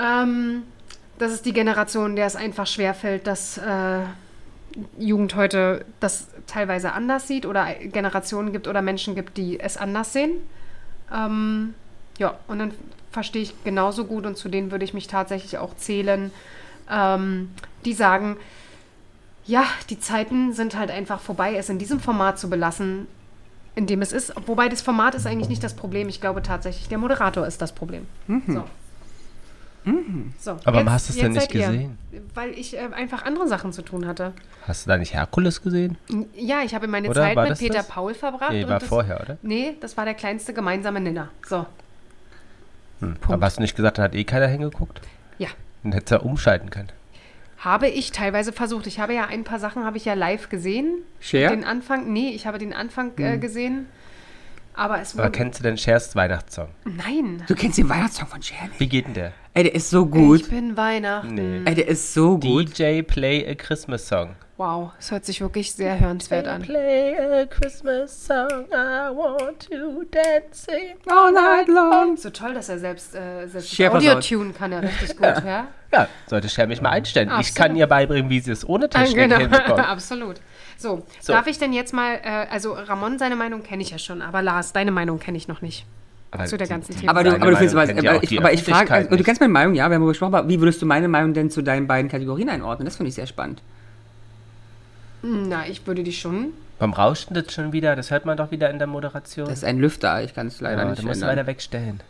Ähm, das ist die Generation, der es einfach schwerfällt, dass äh, Jugend heute das teilweise anders sieht oder Generationen gibt oder Menschen gibt, die es anders sehen. Ähm, ja, und dann verstehe ich genauso gut und zu denen würde ich mich tatsächlich auch zählen, ähm, die sagen, ja, die Zeiten sind halt einfach vorbei, es in diesem Format zu belassen, in dem es ist. Wobei das Format ist eigentlich nicht das Problem. Ich glaube tatsächlich, der Moderator ist das Problem. So. So,
Aber hast du es denn
jetzt
nicht
seid
gesehen?
Ihr, weil ich äh, einfach andere Sachen zu tun hatte.
Hast du da nicht Herkules gesehen?
Ja, ich habe meine
Oder?
Zeit
War
mit
das
Peter
das?
Paul verbracht.
Nee,
und
war
das,
vorher, oder?
Nee, das war der kleinste gemeinsame Nenner. So,
Hm. Aber hast du nicht gesagt, da hat eh keiner hingeguckt?
ja.
Dann hättest du ja umschalten können.
Habe ich teilweise versucht. Ich habe ja ein paar Sachen habe ich ja live gesehen.
Cher?
Den Anfang, nee, ich habe den Anfang äh, gesehen. Aber es
Hm.
Hm.
Aber
wurde.
kennst du denn Schers Weihnachtssong?
Nein.
Du kennst den Weihnachtssong von Cher nicht?
Wie geht denn der?
Ey, der ist so
Ich
gut.
bin Weihnachten.
Nee.
Ey, der ist so gut.
DJ Play a Christmas Song.
Wow, es hört sich wirklich sehr hörenswert an.
Play a Christmas Song, I want to dance
All night long.
So toll, dass er selbst, äh, selbst das
Schärfer
Audio
Sound.
tune kann, er richtig gut, ja?
Ja, sollte Scher mich mal einstellen. Ich
Absolut.
kann ihr beibringen, wie sie es ohne
Ah,
Technik
genau.
hinbekommt.
absolut. So,
So.
darf ich denn jetzt mal, äh, also Ramon, seine Meinung kenne ich ja schon, aber Lars, deine Meinung kenne ich noch nicht.
Aber
Zu der
die-
ganzen
die-
Thema.
Aber du,
seine
aber du findest
Meinung
was,
kennt ja
aber
auch die
ich, aber ich frage,
Öffentlichkeit
also, du
nicht.
kennst meine Meinung, ja, wir haben darüber gesprochen, aber wie würdest du meine Meinung denn zu deinen beiden Kategorien einordnen? Das finde ich sehr spannend.
Na, ich würde die schon.
Warum rauscht denn das schon wieder? Das hört man doch wieder in der Moderation.
Das ist ein Lüfter, ich kann es leider
ja,
nicht
du musst
ändern.
weiter wegstellen.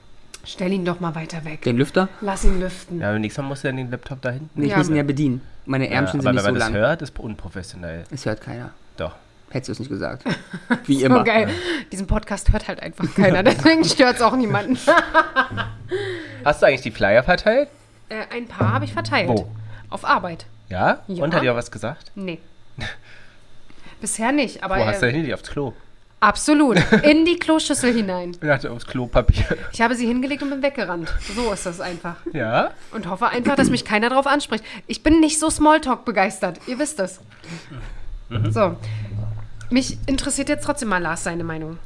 Stell ihn doch mal weiter weg.
Den Lüfter?
Lass ihn lüften.
Ja, aber nächstes Mal musst du dann den Laptop da hinten.
Nee, ich
Ja.
muss ihn ja bedienen. Meine
Ja,
Ärmchen
aber
sind nicht
wenn man
so
das
lang.
hört, ist unprofessionell.
Es hört keiner.
Doch.
Hättest du es nicht gesagt. Wie
So
immer.
Oh, geil. Diesen Podcast hört halt einfach keiner, deswegen stört es auch niemanden.
Hast du eigentlich die Flyer verteilt?
Äh, ein paar habe ich verteilt.
Wo?
Auf Arbeit.
Ja?
Ja.
Und hat dir auch was gesagt?
Nee. Bisher nicht, aber
Wo hast du
äh,
denn die? Aufs Klo.
absolut. In die Kloschüssel hinein.
Ich dachte, aufs Klopapier.
Ich habe sie hingelegt und bin weggerannt. So ist das einfach.
Ja?
Und hoffe einfach, dass mich keiner drauf anspricht. Ich bin nicht so Smalltalk begeistert. Ihr wisst es.
Mhm.
So. Mich interessiert jetzt trotzdem mal Lars seine Meinung.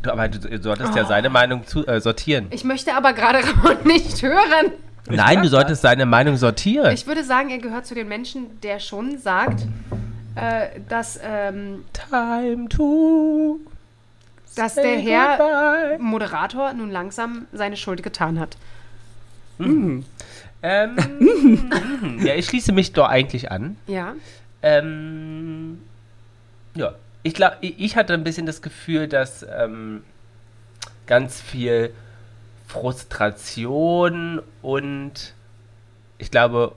Du, aber du solltest ja seine Meinung zu, äh, sortieren.
Ich möchte aber gerade Ramon nicht hören.
Nein, du solltest seine Meinung sortieren.
Ich würde sagen, er gehört zu den Menschen, der schon sagt, äh, dass, ähm,
Time to
dass
say
der Herr
goodbye.
Moderator nun langsam seine Schuld getan hat.
Ähm, ja, ich schließe mich doch eigentlich an.
Ja.
Ähm, ja, ich glaube, ich hatte ein bisschen das Gefühl, dass ähm, ganz viel Frustration und ich glaube,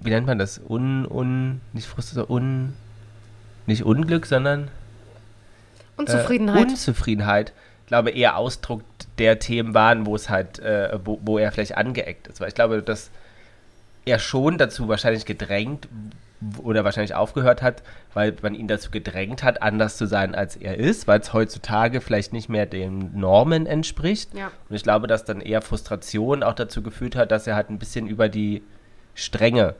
wie nennt man das? Un, un, nicht Frustration, un, nicht Unglück, sondern
Unzufriedenheit.
äh, Unzufriedenheit, glaube eher Ausdruck der Themen waren, wo es halt, äh, wo, wo er vielleicht angeeckt ist. Weil ich glaube, dass er schon dazu wahrscheinlich gedrängt w- oder wahrscheinlich aufgehört hat, weil man ihn dazu gedrängt hat, anders zu sein, als er ist, weil es heutzutage vielleicht nicht mehr den Normen entspricht.
Ja.
Und ich glaube, dass dann eher Frustration auch dazu geführt hat, dass er halt ein bisschen über die Stränge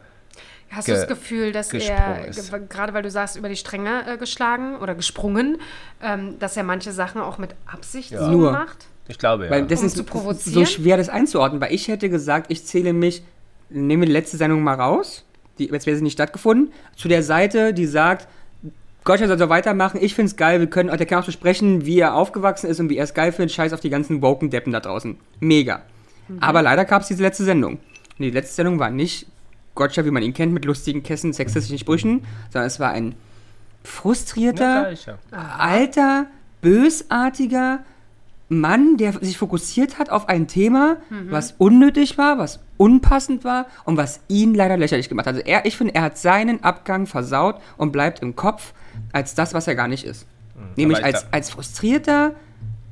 Hast
ge-
du das Gefühl, dass
gesprungen
er,
ist.
ge- gerade weil du sagst, über die Stränge äh, geschlagen oder gesprungen, ähm, dass er manche Sachen auch mit Absicht so
Nur.
macht?
ich glaube, ja.
Weil das
Um
ist
zu
so
provozieren?
schwer, das einzuordnen, weil ich hätte gesagt, ich zähle mich, nehme die letzte Sendung mal raus, die, jetzt wäre sie nicht stattgefunden, zu der Seite, die sagt, Gottschalk soll so weitermachen, ich find's geil, wir können, der kann auch besprechen, wie er aufgewachsen ist und wie er es geil findet, scheiß auf die ganzen woken Deppen da draußen. Mega.
Mhm.
Aber leider gab's diese letzte Sendung. Und die letzte Sendung war nicht Gottschalk, wie man ihn kennt, mit lustigen Kästen, sexistischen Sprüchen, sondern es war ein
Ja,
frustrierter,
sag ich ja.
alter, bösartiger Mann, der sich fokussiert hat auf ein Thema, was unnötig war, was unpassend war und was ihn leider lächerlich gemacht hat. Also er, ich finde, er hat seinen Abgang versaut und bleibt im Kopf als das, was er gar nicht ist. Nämlich
Mhm. aber ich
als,
glaub-
als frustrierter,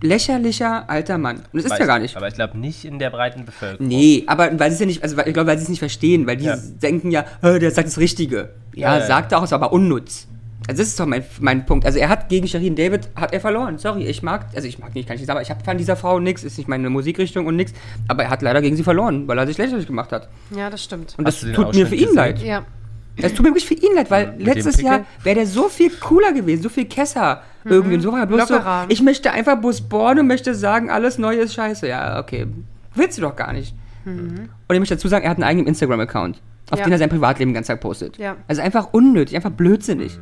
lächerlicher alter Mann. Und das ist
Aber
er
ich-
gar nicht.
Aber ich glaube nicht in der breiten Bevölkerung.
Nee, aber weil sie es ja nicht, also weil- ich glaube, weil sie es nicht verstehen, weil die
Ja.
denken ja, "Hä, der sagt das Richtige. Ja,
Ja, ja.
sagt er auch, ist aber unnütz. Also das ist doch mein, mein Punkt. Also er hat gegen Shirin David, hat er verloren. Sorry, ich mag, also ich mag nicht, kann ich nicht sagen, aber ich hab von dieser Frau nix, ist nicht meine Musikrichtung und nix. Aber er hat leider gegen sie verloren, weil er sich lächerlich gemacht hat.
Ja, das stimmt.
Und
Hast du den
das tut mir
Ausschnitt
für ihn
gesehen?
leid.
Ja.
Das tut mir wirklich für ihn leid, weil
mit dem
letztes
Pickel?
Jahr wäre der so viel cooler gewesen, so viel Kesser
Mhm.
irgendwie und so war er bloß
Lockerer.
so. Ich möchte einfach bloß bohren und möchte sagen, alles Neue ist scheiße. Ja, okay. Willst du doch gar nicht. Und ich möchte dazu sagen, er hat einen eigenen Instagram-Account, auf
Mhm. Ja.
den er sein Privatleben den ganzen Tag postet.
Ja.
Also einfach unnötig, einfach
Mhm.
blödsinnig.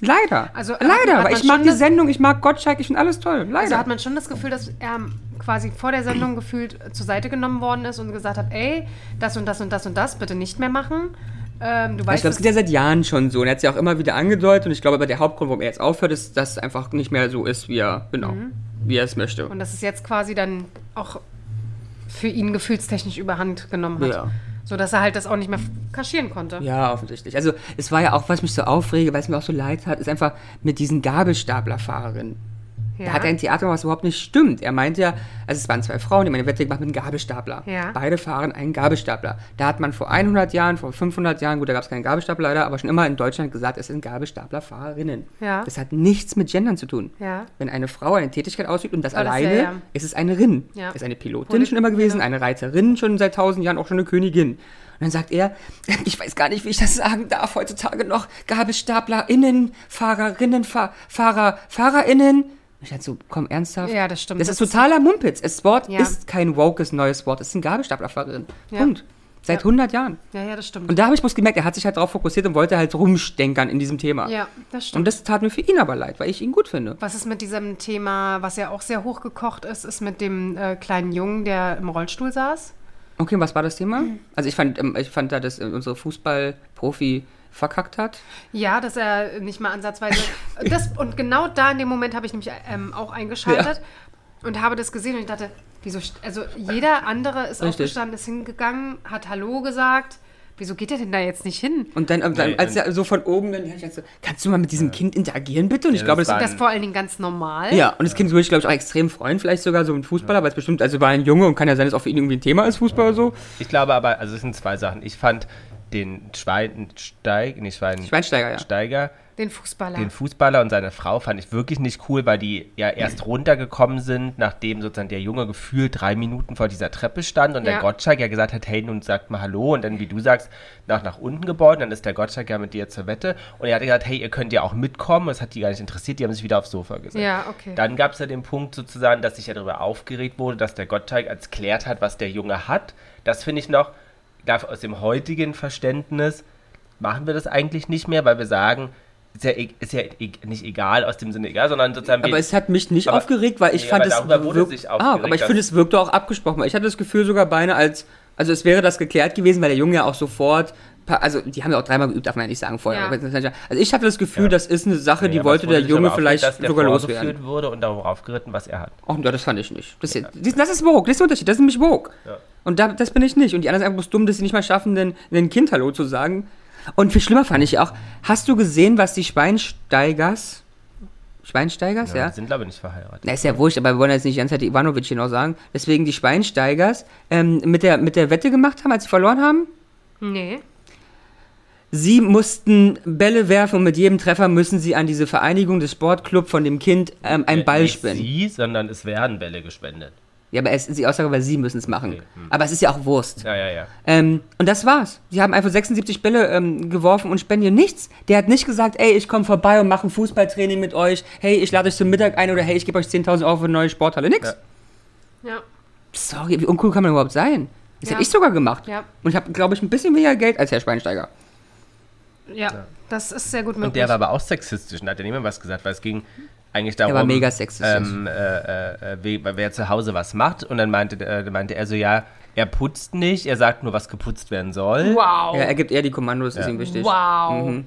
Leider.
Also hat-
Leider,
hat
weil
man
ich mag
schon
die
das-
Sendung, ich mag Gottschalk, ich finde alles toll.
Also
Leider.
hat man schon das Gefühl, dass er quasi vor der Sendung gefühlt äh, zur Seite genommen worden ist und gesagt hat, ey, das und das und das und das bitte nicht mehr machen. Ähm, du
Ja,
weißt,
ich glaube, es
dass-
geht ja seit Jahren schon so. Und er hat es ja auch immer wieder angedeutet. Und ich glaube, aber der Hauptgrund, warum er jetzt aufhört, ist, dass es einfach
Mhm.
nicht mehr so ist, wie er, genau, wie er es möchte.
und das ist jetzt quasi dann auch für ihn gefühlstechnisch überhand genommen hat.
Ja.
So dass er halt das auch nicht mehr kaschieren konnte.
Ja, offensichtlich. Also es war ja auch, was mich so aufrege, weil es mir auch so leid hat, ist einfach mit diesen Gabelstaplerfahrerinnen. Da
Ja.
hat ein Theater, was überhaupt nicht stimmt. Er meinte ja, also es waren zwei Frauen, die haben eine Wette gemacht mit einem Gabelstapler.
Ja.
Beide fahren einen Gabelstapler. Da hat man vor 100 Jahren, vor 500 Jahren, gut, da gab es keinen Gabelstapler leider, aber schon immer in Deutschland gesagt, es sind Gabelstaplerfahrerinnen.
Ja.
Das hat nichts mit Gendern zu tun.
Ja. Oh,
Wenn eine Frau eine Tätigkeit ausübt und das
das
alleine,
ja, ja.
ist es eine Rin.
Ja.
Ist eine Pilotin
Wurde-
schon immer gewesen, eine Reiterin schon seit tausend Jahren, auch schon eine Königin. Und dann sagt er, ich weiß gar nicht, wie ich das sagen darf heutzutage noch. GabelstaplerInnen, Fahrerinnen, Fa Fahrer, FahrerInnen. Und ich dachte so, komm, ernsthaft?
Ja, das stimmt.
Das, ist totaler Mumpitz. Das Wort
Ja.
ist kein wokes neues Wort. Es ist ein Gabelstaplerfahrerin.
Ja.
Punkt. Seit
Ja.
100 Jahren.
Ja, ja, das stimmt.
Und da habe ich bloß gemerkt, er hat sich halt darauf fokussiert und wollte halt rumstenkern in diesem Thema.
ja, das
Und
stimmt.
das tat mir für ihn aber leid, weil ich ihn gut finde.
Was ist mit diesem Thema, was ja auch sehr hochgekocht ist, ist mit dem äh, kleinen Jungen, der im Rollstuhl saß?
Okay, was war das Thema?
Hm.
Also ich fand, ähm, ich fand da, dass äh, unsere Fußballprofi verkackt hat.
Ja, dass er nicht mal ansatzweise. Das, und genau da in dem Moment habe ich nämlich ähm, auch eingeschaltet und habe das gesehen und ich dachte, wieso. st- Also jeder andere ist
Richtig.
aufgestanden, ist hingegangen, hat Hallo gesagt. Wieso geht er denn da jetzt nicht hin?
Und dann, ähm, dann
Nee,
als
und-
er so von oben, dann hab ich gesagt, so, kannst du mal mit diesem Kind interagieren bitte? Und ich
Ja,
glaube,
das
das,
war-
Das ist vor allen Dingen ganz normal.
ja, und das Kind würde ich, glaube ich, auch extrem freuen, vielleicht sogar so ein Fußballer, weil es bestimmt, also war ein Junge und kann ja sein, dass auch für ihn irgendwie ein Thema ist, Fußball oder so.
Ich glaube aber, also es sind zwei Sachen. Ich fand den Schweinsteig, nicht Schwein,
Schweinsteiger, ja.
Steiger,
Den Fußballer.
den Fußballer und seine Frau fand ich wirklich nicht cool, weil die ja erst runtergekommen sind, nachdem sozusagen der Junge gefühlt drei Minuten vor dieser Treppe stand und
Ja.
der Gottschalk ja gesagt hat, hey, nun sagt mal Hallo und dann, wie du sagst, nach, nach unten gebaut und dann ist der Gottschalk ja mit dir zur Wette und er hat gesagt, hey, ihr könnt ja auch mitkommen und das hat die gar nicht interessiert, die haben sich wieder aufs Sofa gesetzt.
Ja, okay.
Dann gab es ja den Punkt sozusagen, dass sich ja darüber aufgeregt wurde, dass der Gottschalk erklärt hat, was der Junge hat. Das finde ich noch, darf aus dem heutigen Verständnis machen wir das eigentlich nicht mehr, weil wir sagen, ist ja, e- ist ja e- nicht egal aus dem Sinne egal, sondern sozusagen.
Aber
wir-
es hat mich nicht
Aber-
aufgeregt, weil ich
Nee,
fand
aber
es.
darüber wurde
wirk-
sich
ah,
aufgeregt,
aber ich
dass-
finde, es wirkte auch abgesprochen. weil Ich hatte das Gefühl sogar beinahe als. Also es wäre das geklärt gewesen, weil der Junge ja auch sofort. pa- Also die haben ja auch dreimal geübt, darf man ja nicht sagen vorher.
Ja.
Aber jetzt- Also ich hatte das Gefühl,
Ja.
das ist eine Sache,
Nee,
die
aber es
wollte
wurde
der
sich
Junge
aber
vielleicht
aufgeregt, dass der
sogar
vorgeführt
loswerden.
wurde und darauf aufgeritten, was er hat. Ne,
Ach ja, das fand ich nicht. Das, ist- das ist woke, das ist ein Unterschied, das ist nämlich woke. Und da, das bin ich nicht. Und die anderen sind einfach bloß dumm, dass sie nicht mal schaffen, den, den Kind Hallo zu sagen. Und viel schlimmer fand ich auch, hast du gesehen, was die Schweinsteigers, Schweinsteigers, ja?
Die sind, glaube ich, nicht verheiratet.
Na, ist ja wurscht, aber wir wollen jetzt nicht die ganze Zeit die Ivanovic hier noch sagen. Deswegen die Schweinsteigers ähm, mit, der, mit der Wette gemacht haben, als sie verloren haben.
nee.
Sie mussten Bälle werfen und mit jedem Treffer müssen sie an diese Vereinigung des Sportclub von dem Kind ähm, einen Ball
nicht
spenden.
sie, sondern es werden Bälle gespendet.
Ja, aber es ist die Aussage, weil sie müssen es machen. Aber es ist ja auch Wurst.
Ja, ja, ja.
Ähm, und das war's. Sie haben einfach 76 Bälle ähm, geworfen und spenden ihr nichts. Der hat nicht gesagt, ey, ich komme vorbei und mache ein Fußballtraining mit euch. Hey, ich lade euch zum Mittag ein oder hey, ich gebe euch 10.000 Euro für eine neue Sporthalle. Nix.
Ja.
Ja.
Sorry, wie uncool kann man überhaupt sein? Das
Ja.
hätte ich sogar gemacht.
Ja.
Und ich habe, glaube ich, ein bisschen weniger Geld als Herr Schweinsteiger.
ja. Das ist sehr gut möglich.
Und der war aber auch sexistisch und hat ja niemand was gesagt, weil es ging eigentlich darum.
war mega sexistisch.
Ähm, äh, äh, we- wer zu Hause was macht. Und dann meinte, äh, dann meinte er so, ja, er putzt nicht, er sagt nur, was geputzt werden soll.
wow.
Ja, er gibt eher die Kommandos, ist ihm wichtig.
wow.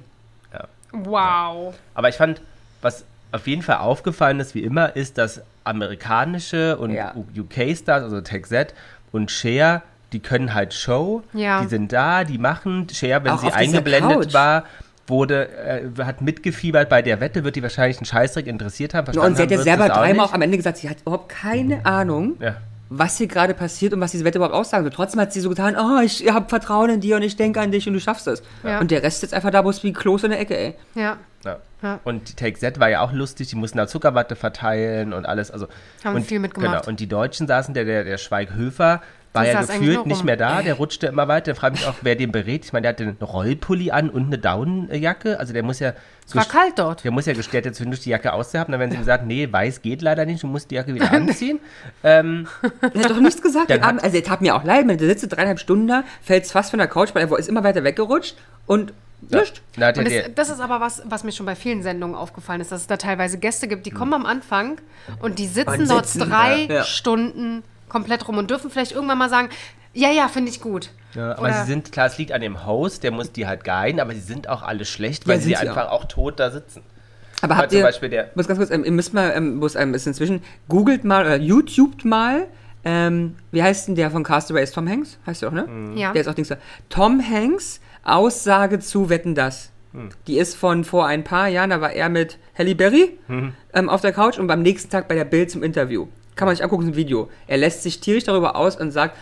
Ja.
Wow.
Aber ich fand, was auf jeden Fall aufgefallen ist, wie immer, ist, dass amerikanische und
Ja.
UK-Stars, also Tech Z und Cher, die können halt Show,
Ja.
die sind da, die machen. Cher, wenn
Auch
sie
auf dieser Couch.
eingeblendet war, wurde, äh, hat mitgefiebert bei der Wette, wird die wahrscheinlich einen Scheißdreck interessiert haben.
Und
verstanden
sie hat ja
haben wird's
selber
das auch
dreimal auch
nicht.
am Ende gesagt, sie hat überhaupt keine Ahnung,
Ja.
was hier gerade passiert und was diese Wette überhaupt aussagen soll. Trotzdem hat sie so getan, oh, ich habe Vertrauen in dir und ich denke an dich und du schaffst es.
Ja.
Und der Rest sitzt einfach da, wo es wie Klos in der Ecke, ey.
Ja.
Ja.
Ja.
Und die Take Z war ja auch lustig, die mussten da Zuckerwatte verteilen und alles. Also,
Haben
und,
viel mitgemacht.
Genau, und die Deutschen saßen, der, der, der Schweighöfer war
Die
ja
saß eigentlich nur
gefühlt nicht
rum.
mehr da, der rutschte immer weiter. Da frage ich mich auch, wer den berät. Ich meine, der hatte einen Rollpulli an und eine Daunenjacke. Also der muss ja.
War
gest-
kalt dort.
Der muss ja gestellt, der zwischendurch die Jacke ausgehabt. Und dann werden sie ihm gesagt, nee, weiß geht leider nicht, du musst die Jacke wieder anziehen. ähm,
Er hat doch nichts gesagt.
Dann
Den Abend,
hat-
also, er tat mir auch leid. Man sitzt dreieinhalb Stunden da, fällt fast von der Couch, weil er ist immer weiter weggerutscht und nichts.
da hat ja
Und
der,
das, das ist aber was, was mir schon bei vielen Sendungen aufgefallen ist, dass es da teilweise Gäste gibt, die
Hm.
kommen am Anfang und die sitzen
Und
dort
sitzen,
drei
ja. Ja.
Stunden komplett rum und dürfen vielleicht irgendwann mal sagen, ja, ja, finde ich gut.
Ja, aber
Oder-
sie sind, klar, es liegt an dem Host, der muss die halt guiden, aber sie sind auch alle schlecht, weil
Ja,
sie
sind sie
einfach auch. tot da sitzen.
Aber
Weil
habt
zum
ihr,
Beispiel der-
muss ganz kurz, ähm, ihr müsst mal, ähm, muss, ähm, ist inzwischen, googelt mal oder YouTubet mal Ähm, wie heißt denn der von Castaway? Ist Tom Hanks? Heißt der auch, ne?
Hm.
Ja.
Der ist auch Dings. Tom Hanks Aussage zu Wetten das. Die ist von vor ein paar Jahren, da war er mit Halle Berry ähm, auf der Couch und beim nächsten Tag bei der Bild zum Interview. Kann man sich angucken, ist ein Video. Er lässt sich tierisch darüber aus und sagt,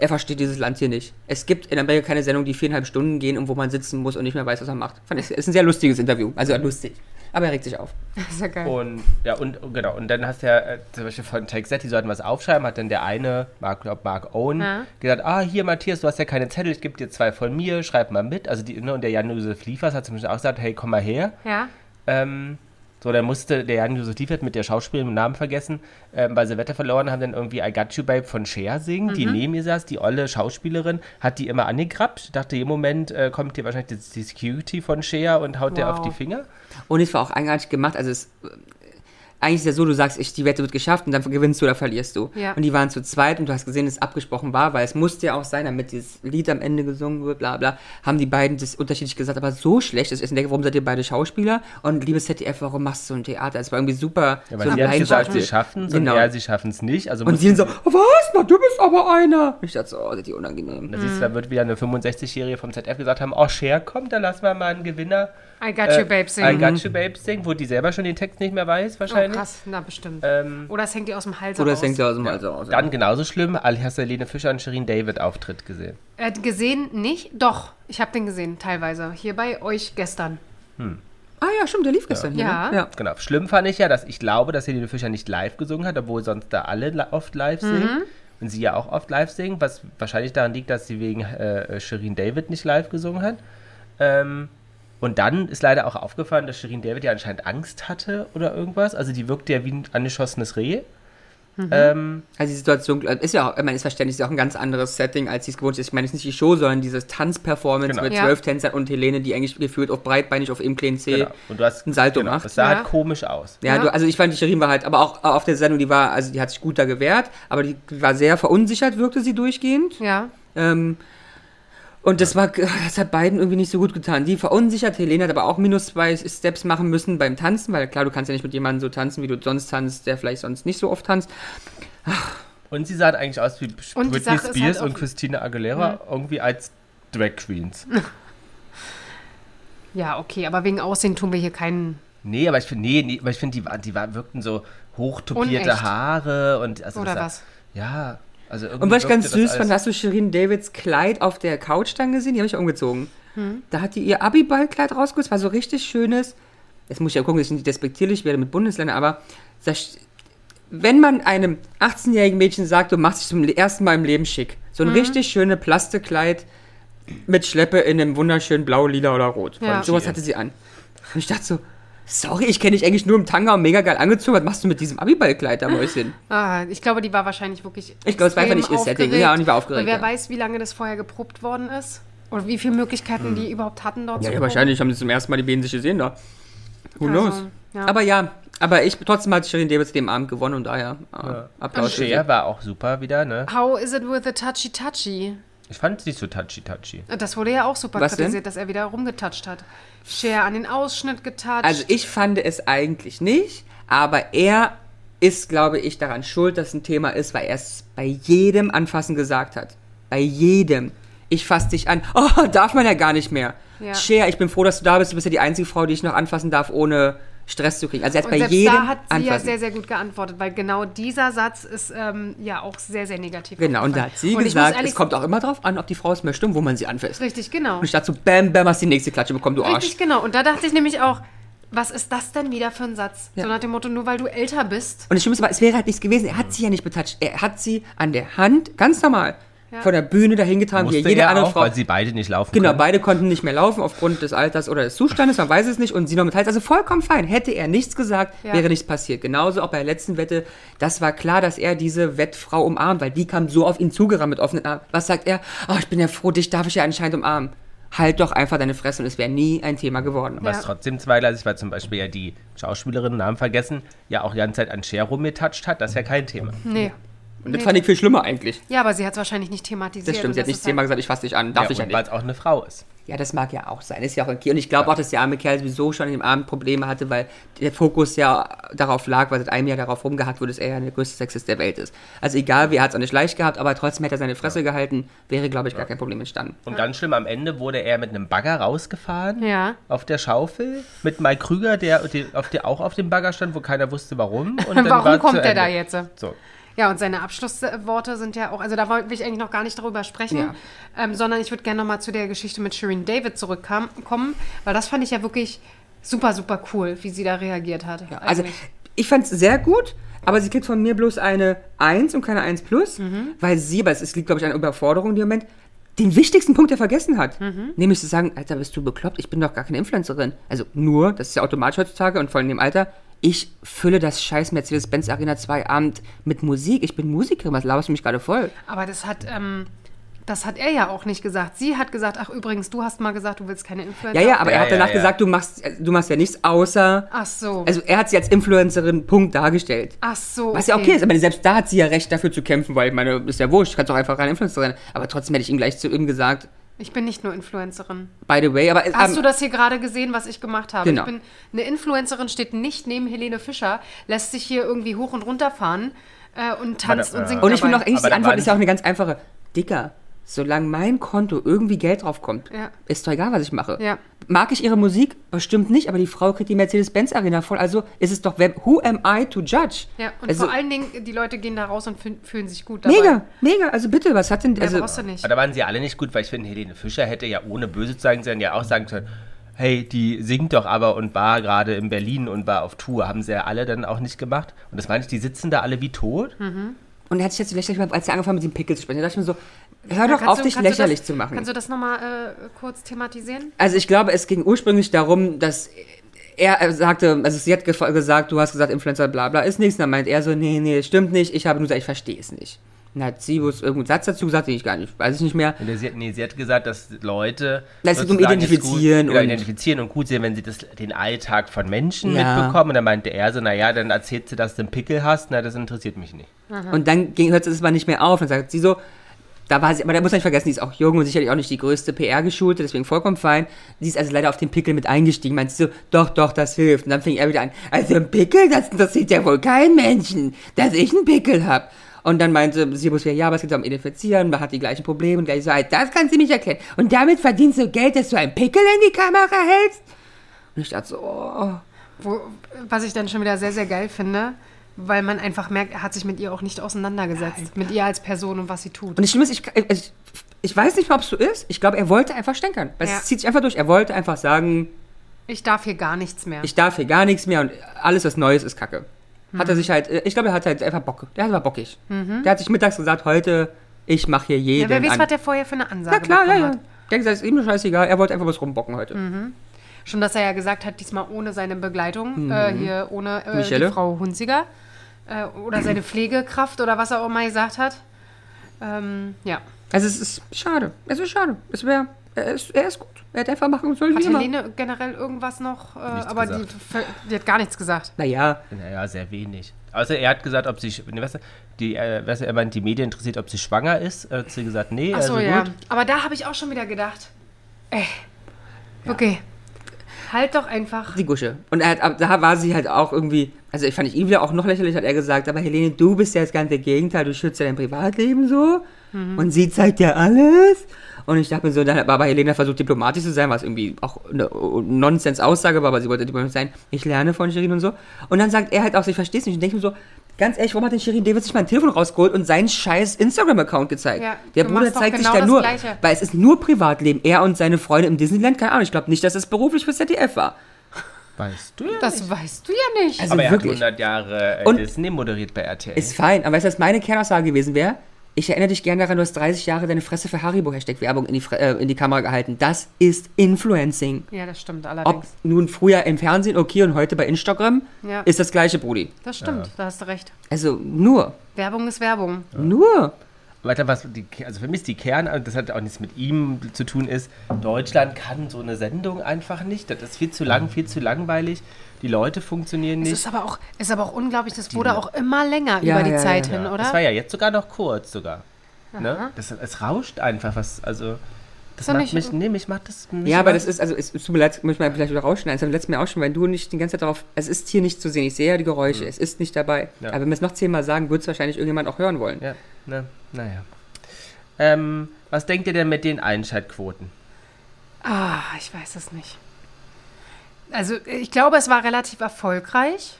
er versteht dieses Land hier nicht. Es gibt in Amerika keine Sendung, die viereinhalb Stunden gehen und wo man sitzen muss und nicht mehr weiß, was man macht. Fand ich, ist ein sehr lustiges Interview. Also lustig. Aber er regt sich auf.
Ist ja geil.
Und ja, und und genau, und dann hast du ja äh, zum Beispiel von Tech die sollten was aufschreiben, hat dann der eine, Mark, glaub, Mark Owen,
Ja.
gesagt, ah, hier Matthias, du hast ja keine Zettel, ich gebe dir zwei von mir, schreib mal mit. Also die, ne, und der Jan-Josef Liefers hat zum Beispiel auch gesagt, hey, komm mal her.
Ja.
Ähm, so, dann musste der Jan-Josef Liefert mit der Schauspielerin mit Namen vergessen, ähm, weil sie Wetter verloren haben, dann irgendwie I Got You Babe von Cher singen,
Mhm.
die neben ihr saß, die olle Schauspielerin, hat die immer angegrappt, dachte, im Moment äh, kommt dir wahrscheinlich die, die Security von Cher und haut der
Wow.
auf die Finger.
Und es war auch eigenartig gemacht. Also es, eigentlich ist ja so, du sagst, ich, die Wette wird geschafft und dann gewinnst du oder verlierst du.
Ja.
Und die waren zu zweit und du hast gesehen, dass es abgesprochen war, weil es musste ja auch sein, damit dieses Lied am Ende gesungen wird, bla bla, haben die beiden das unterschiedlich gesagt, aber so schlecht ist es. Ich denke, warum seid ihr beide Schauspieler? Und liebes ZDF, warum machst du ein Theater? Es war irgendwie super.
Ja,
so
weil sie hat gesagt, sie
leidenschaftlich.
schaffen es
genau.
und er, sie schaffen es nicht. Also
Und
muss-
sie dann so, was? Na, du bist aber einer. Und ich dachte so, oh, seid ihr unangenehm.
da, siehst du, da wird wieder eine 65-Jährige vom ZF gesagt haben, oh Cher, komm, da lassen wir mal einen Gewinner.
I got
äh,
you, Babe,
I
singen.
got you, Babe, singen, wo die selber schon den Text nicht mehr weiß
Oh,
wahrscheinlich.
krass. Na, bestimmt.
Ähm,
Oder es hängt ihr aus dem Hals
Oder
raus.
es hängt ja aus dem Hals raus.
Dann genauso schlimm, Al- hast du Helene Fischer und Shirin David Auftritt gesehen.
Äh, gesehen nicht? Doch, ich habe den gesehen, teilweise. Hier bei euch gestern.
Ah ja, stimmt, der lief gestern hier.
Ja.
Ne? ja.
Genau. Schlimm fand ich ja, dass ich glaube, dass Helene Fischer nicht live gesungen hat, obwohl sonst da alle li- oft
Mhm.
live singen. Und sie ja auch oft live singen, was wahrscheinlich daran liegt, dass sie wegen äh, Shirin David nicht live gesungen hat. Ähm, und dann ist leider auch aufgefallen, dass Shirin David ja anscheinend Angst hatte oder irgendwas. Also die wirkte ja wie ein angeschossenes
Äh,
Reh. Ähm,
Also die Situation äh, ist ja auch, ich meine, ist verständlich, ist ja auch ein ganz anderes Setting, als sie es gewohnt ist. Ich meine, es ist nicht die Show, sondern dieses Tanzperformance
Genau.
mit
Ja.
zwölf Tänzern und Helene, die eigentlich gefühlt auf breitbeinig auf ihrem kleinen Zeh.
genau. Und du hast
ein Salto
genau,
macht.
Das sah
Ja.
halt komisch aus.
Ja,
Ja.
Du, also ich fand, die Shirin war halt, aber auch auf der Sendung, die war, also die hat sich gut da gewehrt, aber die war sehr verunsichert, wirkte sie durchgehend.
Ja.
Ähm, und das war, das hat beiden irgendwie nicht so gut getan. Die verunsichert, Helene hat aber auch minus zwei Steps machen müssen beim Tanzen, weil klar, du kannst ja nicht mit jemandem so tanzen, wie du sonst tanzt, der vielleicht sonst nicht so oft tanzt.
Und sie sahen eigentlich aus wie
Und die
Britney
Sache ist
Spears
halt auch- Mhm.
und Christina Aguilera irgendwie als Drag Queens.
Ja, okay, aber wegen Aussehen tun wir hier keinen.
Nee, aber ich finde, nee, nee, aber ich finde, die, waren- die waren- wirkten so hochtopierte
Unecht.
Haare und also
Oder
das
was?
sah- Ja, also irgendwie
Und was ich ganz
wirkte das
süß fand,
alles-
hast du Shirin Davids Kleid auf der Couch dann gesehen? Die habe ich umgezogen.
Hm.
Da hat die ihr Abiballkleid rausgeholt. Es war so richtig schönes. Jetzt muss ich ja gucken, dass ich nicht despektierlich werde mit Bundesländern, aber das, wenn man einem 18-jährigen Mädchen sagt, du machst dich zum ersten Mal im Leben schick, so
Hm.
ein richtig schönes Plastikkleid mit Schleppe in einem wunderschönen Blau, Lila oder Rot.
Ja.
Und sowas hatte sie an. Und ich dachte so, sorry, ich kenne dich eigentlich nur im Tanga und mega geil angezogen. Was machst du mit diesem Abiballkleid da, Mäuschen?
Ah, ich glaube, die war wahrscheinlich wirklich.
Ich glaube, es war einfach
extrem
nicht ihr Setting.
aufgeregt.
Ja, und die war aufgeregt,
Und wer
ja.
weiß, wie lange das vorher geprobt worden ist und wie viele Möglichkeiten die überhaupt hatten dort
Hm. Ja,
zu
ja,
proben.
wahrscheinlich haben sie zum ersten Mal die beiden sich gesehen da. Who
Also,
knows?
ja.
Aber ja, aber ich trotzdem hat Shirin Davis dem Abend gewonnen und daher äh, Applaus. für sie.
Cher war auch super wieder, ne?
How is it with the touchy touchy?
Ich fand sie so touchy-touchy.
Das wurde ja auch super
Was denn?
kritisiert, dass er wieder rumgetatscht hat. Cher an den Ausschnitt getatscht.
Also ich fand es eigentlich nicht, aber er ist, glaube ich, daran schuld, dass ein Thema ist, weil er es bei jedem Anfassen gesagt hat. Bei jedem. Ich fasse dich an. Oh, darf man ja gar nicht mehr.
Ja.
Cher, ich bin froh, dass du da bist. Du bist ja die einzige Frau, die ich noch anfassen darf, ohne Stress zu kriegen. Also er hat
und
bei
selbst
jedem
da hat sie ja
Anfassen.
sehr, sehr gut geantwortet, weil genau dieser Satz ist ähm, ja auch sehr, sehr negativ.
Genau, und da
aufgefallen.
hat sie
Und ich muss
gesagt,
ehrlich-
es kommt auch immer drauf an, ob die Frau es möchte und wo man sie anfasst.
Richtig, genau.
Und ich dachte so, bam, bam, hast die nächste Klatsche bekommen, du Arsch.
Richtig, genau. Und da dachte ich nämlich auch, was ist das denn wieder für ein Satz?
Ja.
So nach dem Motto, nur weil du älter bist.
Und das Schlimmste war, es wäre halt nichts gewesen. Er hat sie ja nicht betatscht. Er hat sie an der Hand, ganz normal, von der Bühne dahin getragen, wie
Musste
jede
er
andere
auch,
Frau.
weil sie beide nicht laufen
Genau,
können.
beide konnten nicht mehr laufen aufgrund des Alters oder des Zustandes, man weiß es nicht. Und sie noch mit Hals. Also vollkommen fein. Hätte er nichts gesagt,
Ja.
wäre nichts passiert. Genauso auch bei der letzten Wette. Das war klar, dass er diese Wettfrau umarmt, weil die kam so auf ihn zugerannt mit offenen Armen. Was sagt er? Oh, ich bin ja froh, dich darf ich ja anscheinend umarmen. Halt doch einfach deine Fresse und es wäre nie ein Thema geworden.
Was trotzdem zweigleisig war, zum Beispiel ja die Schauspielerin, Namen vergessen, ja auch die ganze Zeit an Cher rumgetatscht hat, das ist ja kein Thema.
Nee.
Und das fand ich viel schlimmer eigentlich.
Ja, aber sie hat es wahrscheinlich nicht thematisiert.
Das stimmt, sie
und
hat nicht
ist halt-
zehnmal gesagt, ich fasse dich an, darf ich ja
und
nicht.
weil es auch eine Frau ist.
Ja, das mag ja auch sein. Ist ja auch okay. Und ich glaube auch, dass der arme Kerl sowieso schon im Abend Probleme hatte, weil der Fokus ja darauf lag, weil seit einem Jahr darauf rumgehackt wurde, dass er ja der größte Sexist der Welt ist. Also egal, wie er hat es auch nicht leicht gehabt, aber trotzdem hätte er seine Fresse gehalten, wäre, glaube ich, gar kein Problem entstanden.
Und ganz schlimm, am Ende wurde er mit einem Bagger rausgefahren.
Ja.
Auf der Schaufel. Mit Mike Krüger, der, die- auf der auch auf dem Bagger stand, wo keiner wusste, warum. Und dann war
Warum
zu
kommt der
Ende.
da jetzt?
So.
Ja, und seine Abschlussworte sind ja auch, also da wollte- will ich eigentlich noch gar nicht drüber sprechen,
Ja.
ähm, sondern ich würde gerne nochmal zu der Geschichte mit Shireen David zurückkommen, weil das fand ich ja wirklich super, super cool, wie sie da reagiert hat.
Also
eigentlich.
ich fand es sehr gut, aber sie kriegt von mir bloß eine 1 und keine 1 plus, weil sie, weil es- es liegt, glaube ich, an Überforderung im Moment, den wichtigsten Punkt, der vergessen hat. Nämlich zu sagen, Alter, bist du bekloppt? Ich bin doch gar keine Influencerin. Also nur, das ist ja automatisch heutzutage und vor allem im Alter, ich fülle das scheiß Mercedes-Benz Arena 2 Abend mit Musik. Ich bin Musikerin, was laberst du mich gerade voll?
Aber das hat, ähm, das hat er ja auch nicht gesagt. Sie hat gesagt, ach übrigens, du hast mal gesagt, du willst keine Influencer.
Ja, ja, aber
Ja,
er hat
ja,
danach
ja.
gesagt, du machst, du machst ja nichts außer...
Ach so.
Also er hat sie als Influencerin Punkt dargestellt.
ach so.
Was ja okay ist, aber selbst da hat sie ja recht, dafür zu kämpfen, weil ich meine, ist ja wurscht, kannst doch einfach rein Influencer sein. Aber trotzdem hätte ich ihm gleich zu ihm gesagt,
Ich bin nicht nur Influencerin.
by the way, aber
Hast
ähm,
du das hier gerade gesehen, was ich gemacht habe?
Genau.
Ich bin eine Influencerin, steht nicht neben Helene Fischer, lässt sich hier irgendwie hoch und runter fahren äh, und tanzt
Aber da-
und singt.
Und ich
dabei.
bin auch eigentlich,
Aber
die
da
Antwort
waren-
ist ja auch eine ganz einfache. Dicker, solange mein Konto irgendwie Geld draufkommt,
Ja.
ist doch egal, was ich mache.
Ja.
Mag ich ihre Musik? Bestimmt nicht, aber die Frau kriegt die Mercedes-Benz-Arena voll. Also ist es doch, wer, who am I to judge?
Ja, und
also,
vor allen Dingen, die Leute gehen da raus und fühlen, fühlen sich gut dabei.
Mega, mega, also bitte, was hat denn,
Mehr
also,
brauchst du nicht.
Aber da waren sie alle nicht gut, weil ich finde, Helene Fischer hätte ja ohne böse zu sein, sondern ja auch sagen können, hey, die singt doch aber und war gerade in Berlin und war auf Tour. Haben sie ja alle dann auch nicht gemacht. Und das meine ich, die sitzen da alle wie tot.
und er hat sich jetzt vielleicht, als er angefangen hat, mit dem Pickel zu sprechen, da dachte ich mir so, hör
Ja,
doch
kannst
auf,
du-
dich
kannst du
lächerlich
das,
zu machen.
Kannst du das nochmal äh, kurz thematisieren?
Also ich glaube, es ging ursprünglich darum, dass er äh, sagte, also sie hat gef- gesagt, du hast gesagt, Influencer bla bla ist nichts. Und dann meint er so, nee, nee, stimmt nicht. Ich habe nur gesagt, ich verstehe es nicht. Und dann hat Sibus irgendeinen Satz dazu gesagt, den ich gar nicht, weiß ich nicht mehr.
Und sie, hat- nee, sie hat gesagt, dass Leute.
Dass sie um
sozusagen es
identifizieren
gut, und
und-
identifizieren und gut sehen, wenn sie das, den Alltag von Menschen
Ja.
mitbekommen. Und dann meinte er so, naja, dann erzählt sie, dass du einen Pickel hast. Na, das interessiert mich nicht.
Und dann ging, hört es mal nicht mehr auf. Und sagt sie so, da war sie, aber da muss man nicht vergessen, die ist auch jung und sicherlich auch nicht die größte PR-Geschulte, deswegen vollkommen fein. Sie ist also leider auf den Pickel mit eingestiegen. Meint sie so, doch, doch, das hilft. Und dann fing er wieder an, also ein Pickel, das, das sieht ja wohl kein Menschen, dass ich einen Pickel hab. Und dann meinte Sibus wieder, ja, aber es geht ja um Identifizieren, man hat die gleichen Probleme. Und gleich so, "Ah, das kannst du nicht erklären. Und damit verdienst du Geld, dass du einen Pickel in die Kamera hältst? Und ich dachte so, oh.
Wo, was ich dann schon wieder sehr, sehr geil finde, weil man einfach merkt, er hat sich mit ihr auch nicht auseinandergesetzt. Mit ihr als Person und was sie tut.
Und das Schlimme ist, ich, äh, also ich, ich weiß nicht mal, ob es so ist. Ich glaube, er wollte einfach stänkern. Weil
Ja.
Es zieht sich einfach durch. Er wollte einfach sagen,
Ich darf hier gar nichts mehr.
ich darf hier gar nichts mehr und alles, was Neues, ist Kacke. Hat er
Mhm.
sich halt, ich glaube, er hat halt einfach Bock. Der war bockig. Der hat sich mittags gesagt, heute, ich mache hier
ja,
jeden
wer weiß,
an.
was der vorher für eine Ansage
Na klar, ja,
bekommen
ja.
hat.
Der hat gesagt, ist ihm scheißegal. Er wollte einfach was rumbocken heute.
Mhm. Schon, dass er ja gesagt hat, diesmal ohne seine Begleitung, äh, hier ohne äh, die
Michelle?
Frau Hunziger äh, oder seine Pflegekraft oder was er auch immer gesagt hat. Ähm, ja.
Also es ist schade. Es ist schade. Es wäre, er ist, er ist gut. Er hätte einfach machen sollen,
Hat
wie immer.
Helene generell irgendwas noch? Äh,
Nichts
aber die,
gesagt.
ver- die hat gar nichts gesagt.
Naja,
Naja, sehr wenig. Außer er hat gesagt, ob sie, sch- ne, weißt du, die, äh, weißt du, er meint, die Medien interessiert, ob sie schwanger ist. Er hat sie gesagt, nee,
Achso,
also
ja.
gut.
Aber da habe ich auch schon wieder gedacht, ey, okay, halt doch einfach.
Die Gusche. Und er hat, ab- da war sie halt auch irgendwie, also ich fand ich ihn wieder auch noch lächerlich, hat er gesagt, aber Helene, du bist ja das ganze Gegenteil, du schützt ja dein Privatleben so
Mhm.
und sie zeigt ja alles. Und ich dachte mir so, dann hat aber Helene versucht diplomatisch zu sein, was irgendwie auch eine Nonsens-Aussage war, aber sie wollte diplomatisch sein, ich lerne von Shirin und so. Und dann sagt er halt auch, so, ich verstehe es nicht und denke mir so, ganz ehrlich, warum hat denn Shirin David sich mein Telefon rausgeholt und seinen scheiß Instagram-Account gezeigt?
Ja,
Der
du
Bruder
machst doch
zeigt
genau
sich da
das
nur,
Gleiche.
weil es ist nur Privatleben, er und seine Freunde im Disneyland, keine Ahnung, ich glaube nicht, dass es beruflich für ZDF war.
Weißt du ja.
Das weißt du ja nicht.
Also
aber er
wirklich.
hat 100 Jahre äh,
Und-
Disney moderiert bei RTL.
Ist fein, aber weißt du, was meine Kernaussage gewesen wäre? Ich erinnere dich gerne daran, du hast 30 Jahre deine Fresse für Haribo-Hashtag-Werbung in, die Fre- äh, in die Kamera gehalten. Das ist Influencing.
ja, das stimmt
Ob
allerdings.
nun früher im Fernsehen okay und heute bei Instagram,
Ja.
ist das gleiche, Brudi.
Das stimmt, da hast du recht.
Also nur,
Werbung ist Werbung.
nur.
Weiter, was die, also für mich ist die Kern, und das hat auch nichts mit ihm zu tun, ist, Deutschland kann so eine Sendung einfach nicht. Das ist viel zu lang, viel zu langweilig. die Leute funktionieren
Es
nicht.
ist aber auch, ist aber auch unglaublich, das wurde auch immer länger
Ja,
über die
ja,
Zeit
ja.
hin, oder?
Das war ja jetzt sogar noch kurz sogar. Ne? Das, es rauscht einfach was, also das
Ist doch
macht
nicht-
mich, nee, mich macht das... Mich
Ja, aber
macht-
das ist, also es es tut mir leid, muss ich mal vielleicht wieder rausschneiden. Das haben wir letztes Mal auch schon, weil du nicht die ganze Zeit darauf, es ist hier nicht zu sehen. Ich sehe ja die Geräusche, es ist nicht dabei.
Ja.
Aber wenn wir es noch zehnmal sagen, würde es wahrscheinlich irgendjemand auch hören wollen.
Ja, ne, naja. Ähm, was denkt ihr denn mit den Einschaltquoten?
Ah, ich weiß es nicht. Also, ich glaube, es war relativ erfolgreich.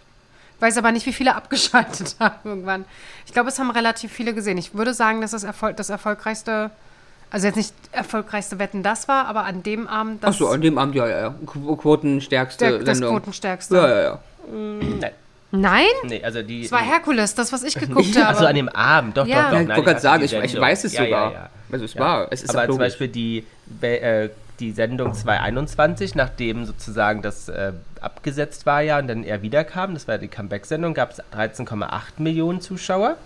Weiß aber nicht, wie viele abgeschaltet haben irgendwann. Ich glaube, es haben relativ viele gesehen. Ich würde sagen, dass das, Erfol das erfolgreichste, also jetzt nicht erfolgreichste Wetten das war, aber an dem Abend das,
Ach so, an dem Abend, ja, ja, ja. Qu- Quotenstärkste
der, das
Sendung.
quotenstärkste.
ja, ja, ja.
Nein,
Nein?
nee, also die...
Es war Herkules, das, was ich geguckt habe.
Also an dem Abend, doch,
Ja. Ja,
doch, doch.
ich wollte gerade sagen,
die
ich, ich
Sendung.
weiß es
Ja,
sogar.
Ja, ja.
Also es
Ja.
war, es ist
Aber
auch
zum
logisch.
Beispiel die, äh, die Sendung 221, nachdem sozusagen das äh, abgesetzt war ja und dann er wiederkam, das war die Comeback-Sendung, gab es 13,8 Millionen Zuschauer.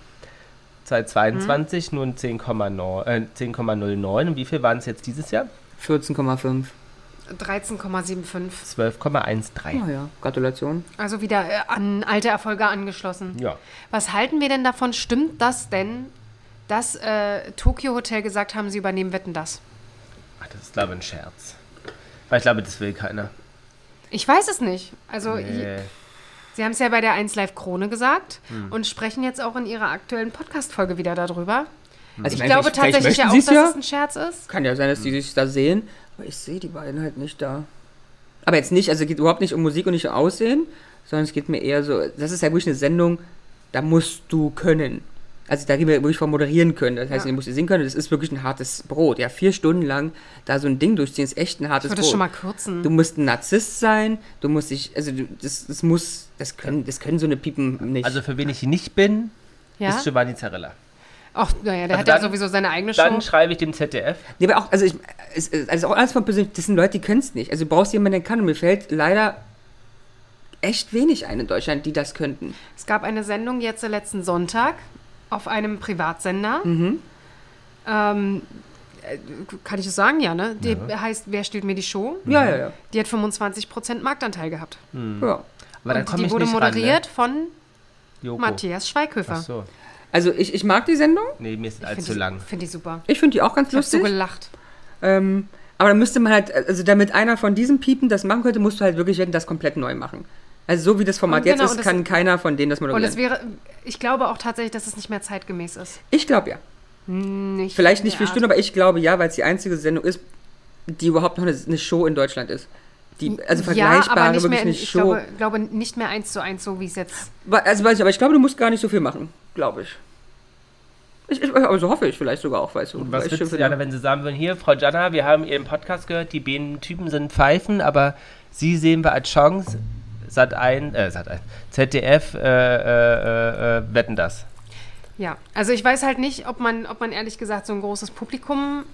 2022
Mhm.
nun 10,9 äh, 10,09. Und wie viel waren es jetzt dieses Jahr?
14,5.
13,75.
12,13.
Oh ja, Gratulation.
Also wieder äh, an alte Erfolge angeschlossen.
Ja.
Was halten wir denn davon? Stimmt das denn, dass äh, Tokyo Hotel gesagt haben, sie übernehmen Wetten das?
Ach, das ist, glaube ich, ein Scherz. Weil ich glaube, das will keiner.
Ich weiß es nicht. Also,
Nee.
i- Sie haben es ja bei der 1 Live Krone gesagt und sprechen jetzt auch in ihrer aktuellen Podcast-Folge wieder darüber. Hm.
Also
Ich
meine,
glaube
vielleicht- vielleicht
tatsächlich ja auch, dass
möchten sie's ja.
es Hm. ein Scherz ist.
Kann ja sein, dass die sich da sehen. Aber ich sehe die beiden halt nicht da. Aber jetzt nicht, also es geht überhaupt nicht um Musik und nicht um Aussehen, sondern es geht mir eher so, das ist ja wirklich eine Sendung, da musst du können. Also da gehen wir wirklich von moderieren können. Das heißt,
Ja.
du musst singen können, das ist wirklich ein hartes Brot. Ja, vier Stunden lang da so ein Ding durchziehen, ist echt ein
Ich
hartes
würde
Brot.
es schon mal kürzen.
Du musst ein Narzisst sein, du musst dich, also du, das, das muss, das können, das können so eine Piepen nicht.
Also für wen ich nicht bin,
ja?
ist Giovanni Zarella.
Ach, naja, der
Also
hat ja
dann-
sowieso seine eigene Show.
Dann schreibe ich dem ZDF.
Nee, aber auch, also ich, es, es, also auch alles von persönlich, das sind Leute, die können es nicht. Also du brauchst jemanden, der kann. Und mir fällt leider echt wenig ein in Deutschland, die das könnten.
Es gab eine Sendung jetzt äh, letzten Sonntag auf einem Privatsender.
Mhm.
Ähm, äh, kann ich es sagen, ja, ne? Die heißt Wer stiehlt mir die Show?
Mhm. Ja, ja, ja.
Die hat 25% Marktanteil gehabt.
ja.
Aber dann
Und
komme
die
ich
wurde
nicht
ne?
moderiert von
Ran, ne?
Oh.
Joko.
Matthias Schweighöfer.
Ach so.
Also ich, ich mag die Sendung.
Nee, mir ist
Ich find
allzu
die-
lang.
Finde ich super.
Ich finde die auch ganz
Ich habe so
lustig.
gelacht.
ähm, aber dann müsste man halt, also damit einer von diesen Piepen das machen könnte, musst du halt wirklich das komplett neu machen. Also so wie das Format
Und genau,
jetzt
und
ist,
das-
kann keiner von denen das
Und es
moderieren.
wäre, ich glaube auch tatsächlich, dass es nicht mehr zeitgemäß ist.
Ich glaube ja.
Nicht
Vielleicht nicht
in
vier
der
Stunden,
Art.
aber ich glaube ja, weil es die einzige Sendung ist, die überhaupt noch eine, eine Show in Deutschland ist. Die, also vergleichbare,
ja, aber nicht
wirklich
mehr, in-
eine
ich
Show.
glaube, glaube nicht mehr eins zu eins, so wie es jetzt.
Wa- Also weiß ich, aber ich glaube, du musst gar nicht so viel machen, glaube ich. Ich, ich. Aber so hoffe ich vielleicht sogar auch, weißt du.
Und was
weil ich
würdest du,
finde-
Jana, wenn sie sagen würden, hier, Frau Jana, wir haben Ihren Podcast gehört, die beiden Typen sind Pfeifen, aber Sie sehen wir als Chance, Sat 1, äh, Sat 1, ZDF, äh, äh, äh, äh, wetten das.
Ja, also ich weiß halt nicht, ob man, ob man ehrlich gesagt so ein großes Publikum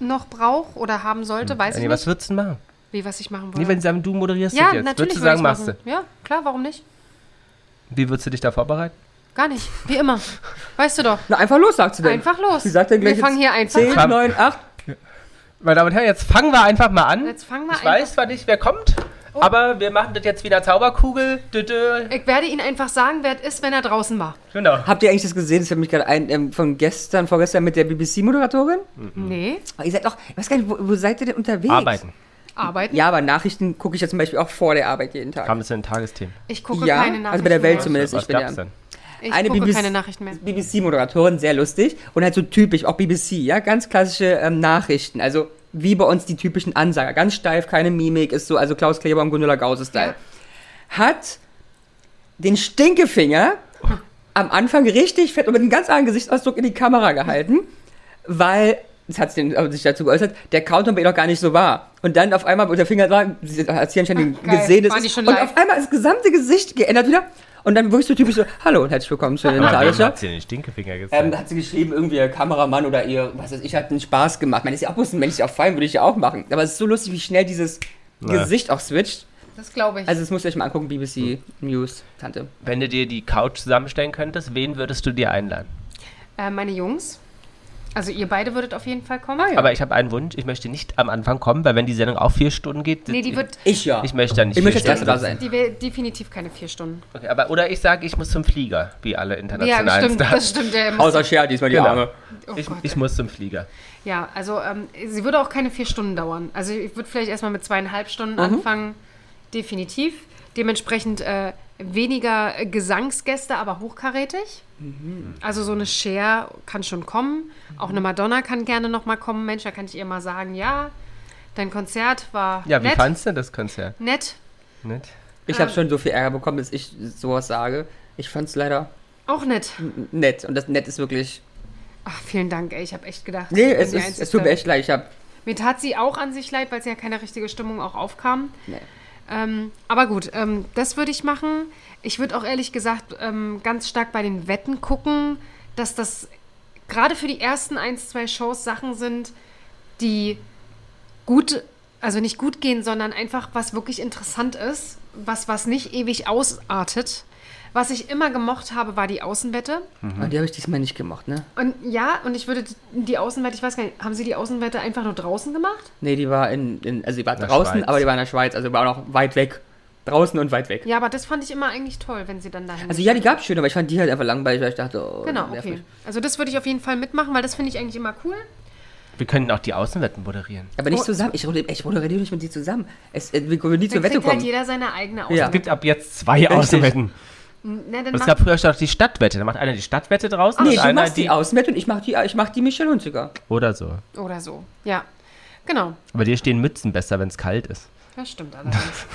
noch braucht oder haben sollte, weiß
Nee,
ich
was
nicht,
würdest du denn machen?
wie was ich machen
Nee,
würde.
wenn sie sagen, du moderierst
ja,
das jetzt,
natürlich
würdest du
würde
sagen,
ich's
machst du.
machen. Ja, klar, warum nicht?
Wie würdest du dich da vorbereiten?
Gar nicht, wie immer. Weißt du doch,
Na, einfach los, sagt sie dann.
einfach los.
Sie sagt dann gleich
Wir fangen hier einfach
10,
an.
9, 8.
Meine Damen und Herren, jetzt fangen wir einfach mal an.
Jetzt fangen wir
ich
einfach- Oh.
weiß zwar nicht, wer kommt, aber wir machen das jetzt wieder Zauberkugel. Dö, dö.
Ich werde Ihnen einfach sagen, wer es ist, wenn er draußen war.
Genau.
Habt ihr eigentlich das gesehen? Das hat mich gerade ein, ähm, von gestern, vorgestern mit der BBC-Moderatorin.
Nee,
Ihr seid doch, ich weiß gar nicht, wo, wo seid ihr denn unterwegs?
Arbeiten.
arbeiten.
Ja, aber Nachrichten gucke ich ja zum Beispiel auch vor der Arbeit jeden Tag.
Kam das in den Tagesthemen?
Ich gucke
Ja,
keine Nachrichten
also bei der Welt
mehr.
zumindest. Zumindest
Was
ich bin
gab's
ja-
denn?
Ich
Eine
gucke
BBC
keine Nachrichten mehr.
BBC-Moderatorin, sehr lustig. Und halt so typisch, auch BBC, ja, ganz klassische ähm, Nachrichten. Also wie bei uns die typischen Ansager. Ganz steif, keine Mimik, ist so, also Klaus Kleber und Gundula Gause-Style. Hat den Stinkefinger am Anfang richtig fett und mit einem ganz anderen Gesichtsausdruck in die Kamera gehalten, weil, das hat sie den- also sich dazu geäußert, der Countdown bei ihr noch gar nicht so war. Und dann auf einmal, wo der Finger war, sie hat sie anscheinend
Ach, geil.
gesehen, das
Waren die
ist,
schon
und
live?
auf einmal das gesamte Gesicht geändert wieder. Und dann wirklich so typisch so, hallo und herzlich willkommen zu den
Aber wem
Tagesschau.
hat sie den Stinkefinger gezeigt?
Ähm, da hat sie geschrieben, irgendwie ihr Kameramann oder ihr, was weiß ich, hat einen Spaß gemacht. Man ist ja auch bloß ein Mensch, ist ja auch fein, würde ich ja auch machen. Aber es ist so lustig, wie schnell dieses
Ja.
Gesicht auch switcht.
Das glaube ich.
Also, das muss ich euch mal angucken, BBC
Hm.
News, Tante.
Wenn du dir die Couch zusammenstellen könntest, wen würdest du dir einladen?
äh, meine Jungs, Also ihr beide würdet auf jeden Fall kommen.
Aber ich habe einen Wunsch. Ich möchte nicht am Anfang kommen, weil wenn die Sendung auch vier Stunden geht,
nee, die wird
Ich ja.
ich möchte dann nicht
Ich möchte
vier
das erste da
Stunden
sein.
die will definitiv keine vier Stunden.
sitzen. Okay, aber, oder ich sage, ich muss zum Flieger, wie alle
Ja,
internationalen
stimmt, das
Stars.
stimmt. Ja, ihr müsst-
Außer Scher, diesmal die
Ja.
Dame.
oh
Ich,
Gott,
ich
ey.
muss zum Flieger.
Ja, also ähm, sie würde auch keine vier Stunden dauern. Also ich würde vielleicht erstmal mit zweieinhalb Stunden
Mhm.
anfangen. Definitiv. Dementsprechend äh, weniger äh, Gesangsgäste, aber hochkarätig.
Mhm.
Also so eine Cher kann schon kommen. Auch eine Madonna kann gerne nochmal kommen. Mensch, da kann ich ihr mal sagen, ja, dein Konzert war
Ja, wie
nett.
fandst du das Konzert?
nett.
Nett?
Ich habe schon so viel Ärger bekommen, dass ich sowas sage. Ich fand's leider
Auch nett.
n- nett. Und das nett ist wirklich.
Ach, vielen Dank, ey. Ich habe echt gedacht.
Nee,
ich bin
es,
die
ist, es
Einzige.
tut mir echt leid. Ich hab,
Mir tat sie auch an sich leid, weil sie ja keine richtige Stimmung auch aufkam.
Nee.
Ähm, aber gut, ähm, das würde ich machen. Ich würde auch ehrlich gesagt ähm, ganz stark bei den Wetten gucken, dass das gerade für die ersten ein, zwei Shows Sachen sind, die gut, also nicht gut gehen, sondern einfach was wirklich interessant ist, was, was nicht ewig ausartet. Was ich immer gemocht habe, war die Außenwette.
Mhm.
Und Ah, die habe ich diesmal nicht gemacht, ne?
Und ja, und ich würde die Außenwette, ich weiß gar nicht, haben Sie die Außenwette einfach nur draußen gemacht?
Nee, die war in. in also die war
der
draußen,
Schweiz.
aber die war in der Schweiz. Also die war auch noch weit weg. Draußen und weit weg.
Ja, aber das fand ich immer eigentlich toll, wenn Sie dann dahin
Also ja, die gab's schön, aber ich fand die halt einfach langweilig, weil ich dachte, oh,
Genau,
nerv
okay.
mich.
Also das würde ich auf jeden Fall mitmachen, weil das finde ich eigentlich immer cool.
Wir könnten auch die Außenwetten moderieren.
Aber nicht
Oh.
zusammen. Ich, rede- ich moderiere nicht mit dir zusammen. Es, äh, wir können nie
Dann
zur Wette
kriegt halt
kommen.
jeder seine eigene
Ja.
Es
Auswahl.
gibt ab jetzt zwei Außenwetten.
Na, dann
Und es
mach,
gab früher schon auch die Stadtwette. Da macht einer die Stadtwette draußen
nee,
und
du
einer
machst die, Außenwette und ich mach die, ich mach die Michelle Hunziker.
Oder so.
oder so. Ja, genau.
Aber dir stehen Mützen besser, wenn es kalt ist.
Das stimmt allerdings.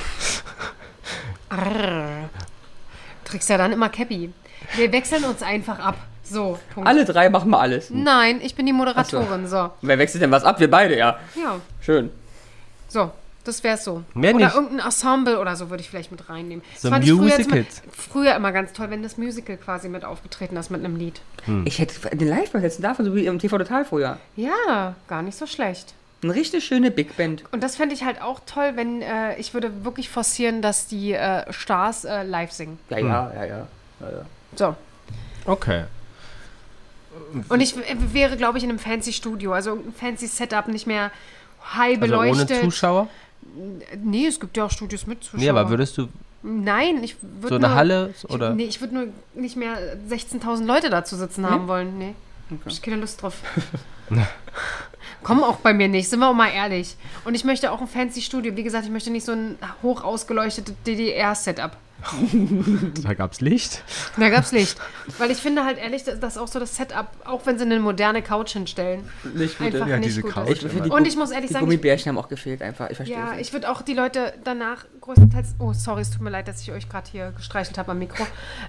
Arrr. Trägst ja dann immer Cappy. Wir wechseln uns einfach ab. So, Punkt.
Alle drei machen mal alles. Und
Nein, ich bin die Moderatorin. So,
Wer wechselt denn was ab? Wir beide, ja.
ja.
Schön.
So, das wär's so.
Mehr
oder
nicht.
irgendein Ensemble oder so würde ich vielleicht mit reinnehmen.
So
Das fand ich früher jetzt
Musicals.
Immer, früher immer ganz toll, wenn das Musical quasi mit aufgetreten ist mit einem Lied.
Ich hätte den live versetzen davon, so wie im TV Total vorher.
Ja, gar nicht so schlecht.
Eine richtig schöne Big Band.
Und das fände ich halt auch toll, wenn äh, ich würde wirklich forcieren, dass die äh, Stars äh, live singen.
Ja, ja, ja, ja. ja, ja.
So.
Okay.
Und ich w- äh, wäre, glaube ich, in einem fancy Studio, also ein fancy Setup, nicht mehr high
Also ohne
beleuchtet.
Zuschauer?
nee, es gibt ja auch Studios mit Zuschauern.
Nee, aber würdest du
Nein, ich würde
so eine
nur,
Halle
Ich,
oder?
Nee, ich würde nur nicht mehr 16.000 Leute dazu sitzen haben wollen. Nee. Hab ich keine Lust drauf. Kommen auch bei mir nicht, sind wir auch mal ehrlich. Und ich möchte auch ein fancy Studio. Wie gesagt, ich möchte nicht so ein hoch ausgeleuchtetes DDR-Setup.
Da gab's Licht.
Da gab's Licht. Weil ich finde halt ehrlich, dass dass auch so das Setup, auch wenn sie eine moderne Couch hinstellen,
Nicht gut.
einfach
ja,
nicht
diese
gut
Couch.
ist.
Ich, die
Und ich muss ehrlich
die
sagen, ich,
Gummibärchen haben auch gefehlt, einfach. Ich verstehe
ja,
es nicht.
ich würde auch die Leute danach größtenteils, oh sorry, es tut mir leid, dass ich euch gerade hier gestreichelt habe am Mikro,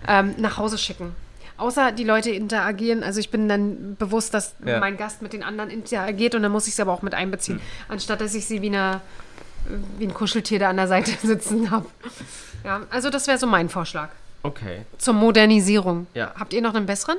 ähm, nach Hause schicken. Außer die Leute interagieren. Also ich bin dann bewusst, dass
Ja. Hm.
mein Gast mit den anderen interagiert und dann muss ich sie aber auch mit einbeziehen, anstatt dass ich sie wie, eine, wie ein Kuscheltier da an der Seite sitzen habe. Ja, also das wäre so mein Vorschlag.
Okay.
Zur Modernisierung.
Ja.
Habt ihr noch einen besseren?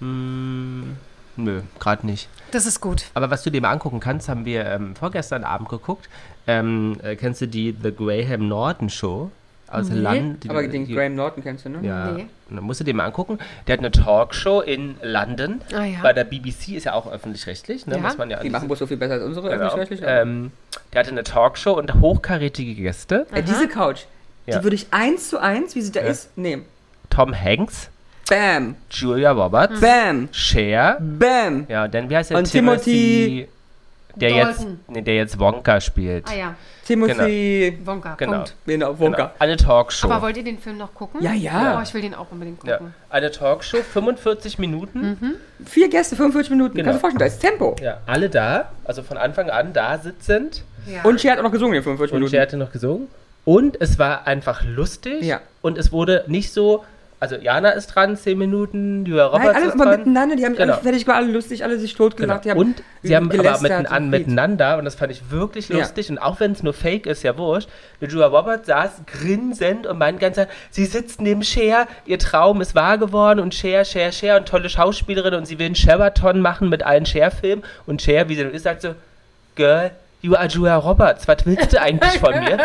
Hm, nö, gerade nicht.
Das ist gut.
Aber was du dir mal angucken kannst, haben wir ähm, vorgestern Abend geguckt. Ähm, äh, kennst du die The Graham Norton Show aus London?
Aber den Graham Norton kennst du, ne?
Ja.
Nee.
Und dann musst du dir mal angucken. Der hat eine Talkshow in London.
Ah, ja.
Bei der BBC ist ja auch öffentlich-rechtlich. Ne?
Ja.
Muss man ja
Die machen bloß so viel besser als unsere, also
genau.
öffentlich-rechtlich. aber-
ähm, Der hatte eine Talkshow und hochkarätige Gäste.
Äh, diese Couch,
Ja.
die würde ich eins zu eins, wie sie da ist, nehmen.
Tom Hanks,
Bam,
Julia Roberts,
Hm.
bam,
Cher.
bam.
Ja, und dann, wie heißt der?
Und Timothy
der jetzt,
Dalton.
nee, der jetzt Wonka spielt.
Ah ja,
Timothy,
Wonka.
Genau.
Punkt.
genau,
Genau.
Wonka.
Eine Talkshow.
Aber wollt ihr den Film noch gucken?
Ja, ja.
Oh, ich will den auch unbedingt
ja.
gucken.
Eine Talkshow, 45 Minuten.
Vier Gäste, 45 Minuten.
Genau.
Kannst du dir vorstellen, da ist Tempo.
Ja, alle da, also von Anfang an da sitzend.
Ja.
Und Cher hat auch noch gesungen in 45
Und
Minuten.
sie hatte noch gesungen. Und es war einfach lustig.
Ja.
Und es wurde nicht so, also Jana ist dran, 10 Minuten, Julia
Nein,
Roberts
alle
ist
immer
dran.
miteinander, die haben
Genau.
alle fertig gemacht, alle lustig, alle sich tot gelacht. Die
Genau.
haben
und sie haben aber
gelästert
miteinander,
und
miteinander, und das fand ich wirklich
Ja.
lustig, und auch wenn es nur Fake ist, ja wurscht, eine Julia Roberts saß grinsend und meinte die ganze Zeit, sie sitzt neben Cher, ihr Traum ist wahr geworden und Cher, Cher, Cher und tolle Schauspielerin und sie will einen Sheraton machen mit allen Cher-Filmen und Cher, wie sie dann ist, sagt so, Girl, You are Julia Roberts, was willst du eigentlich von mir?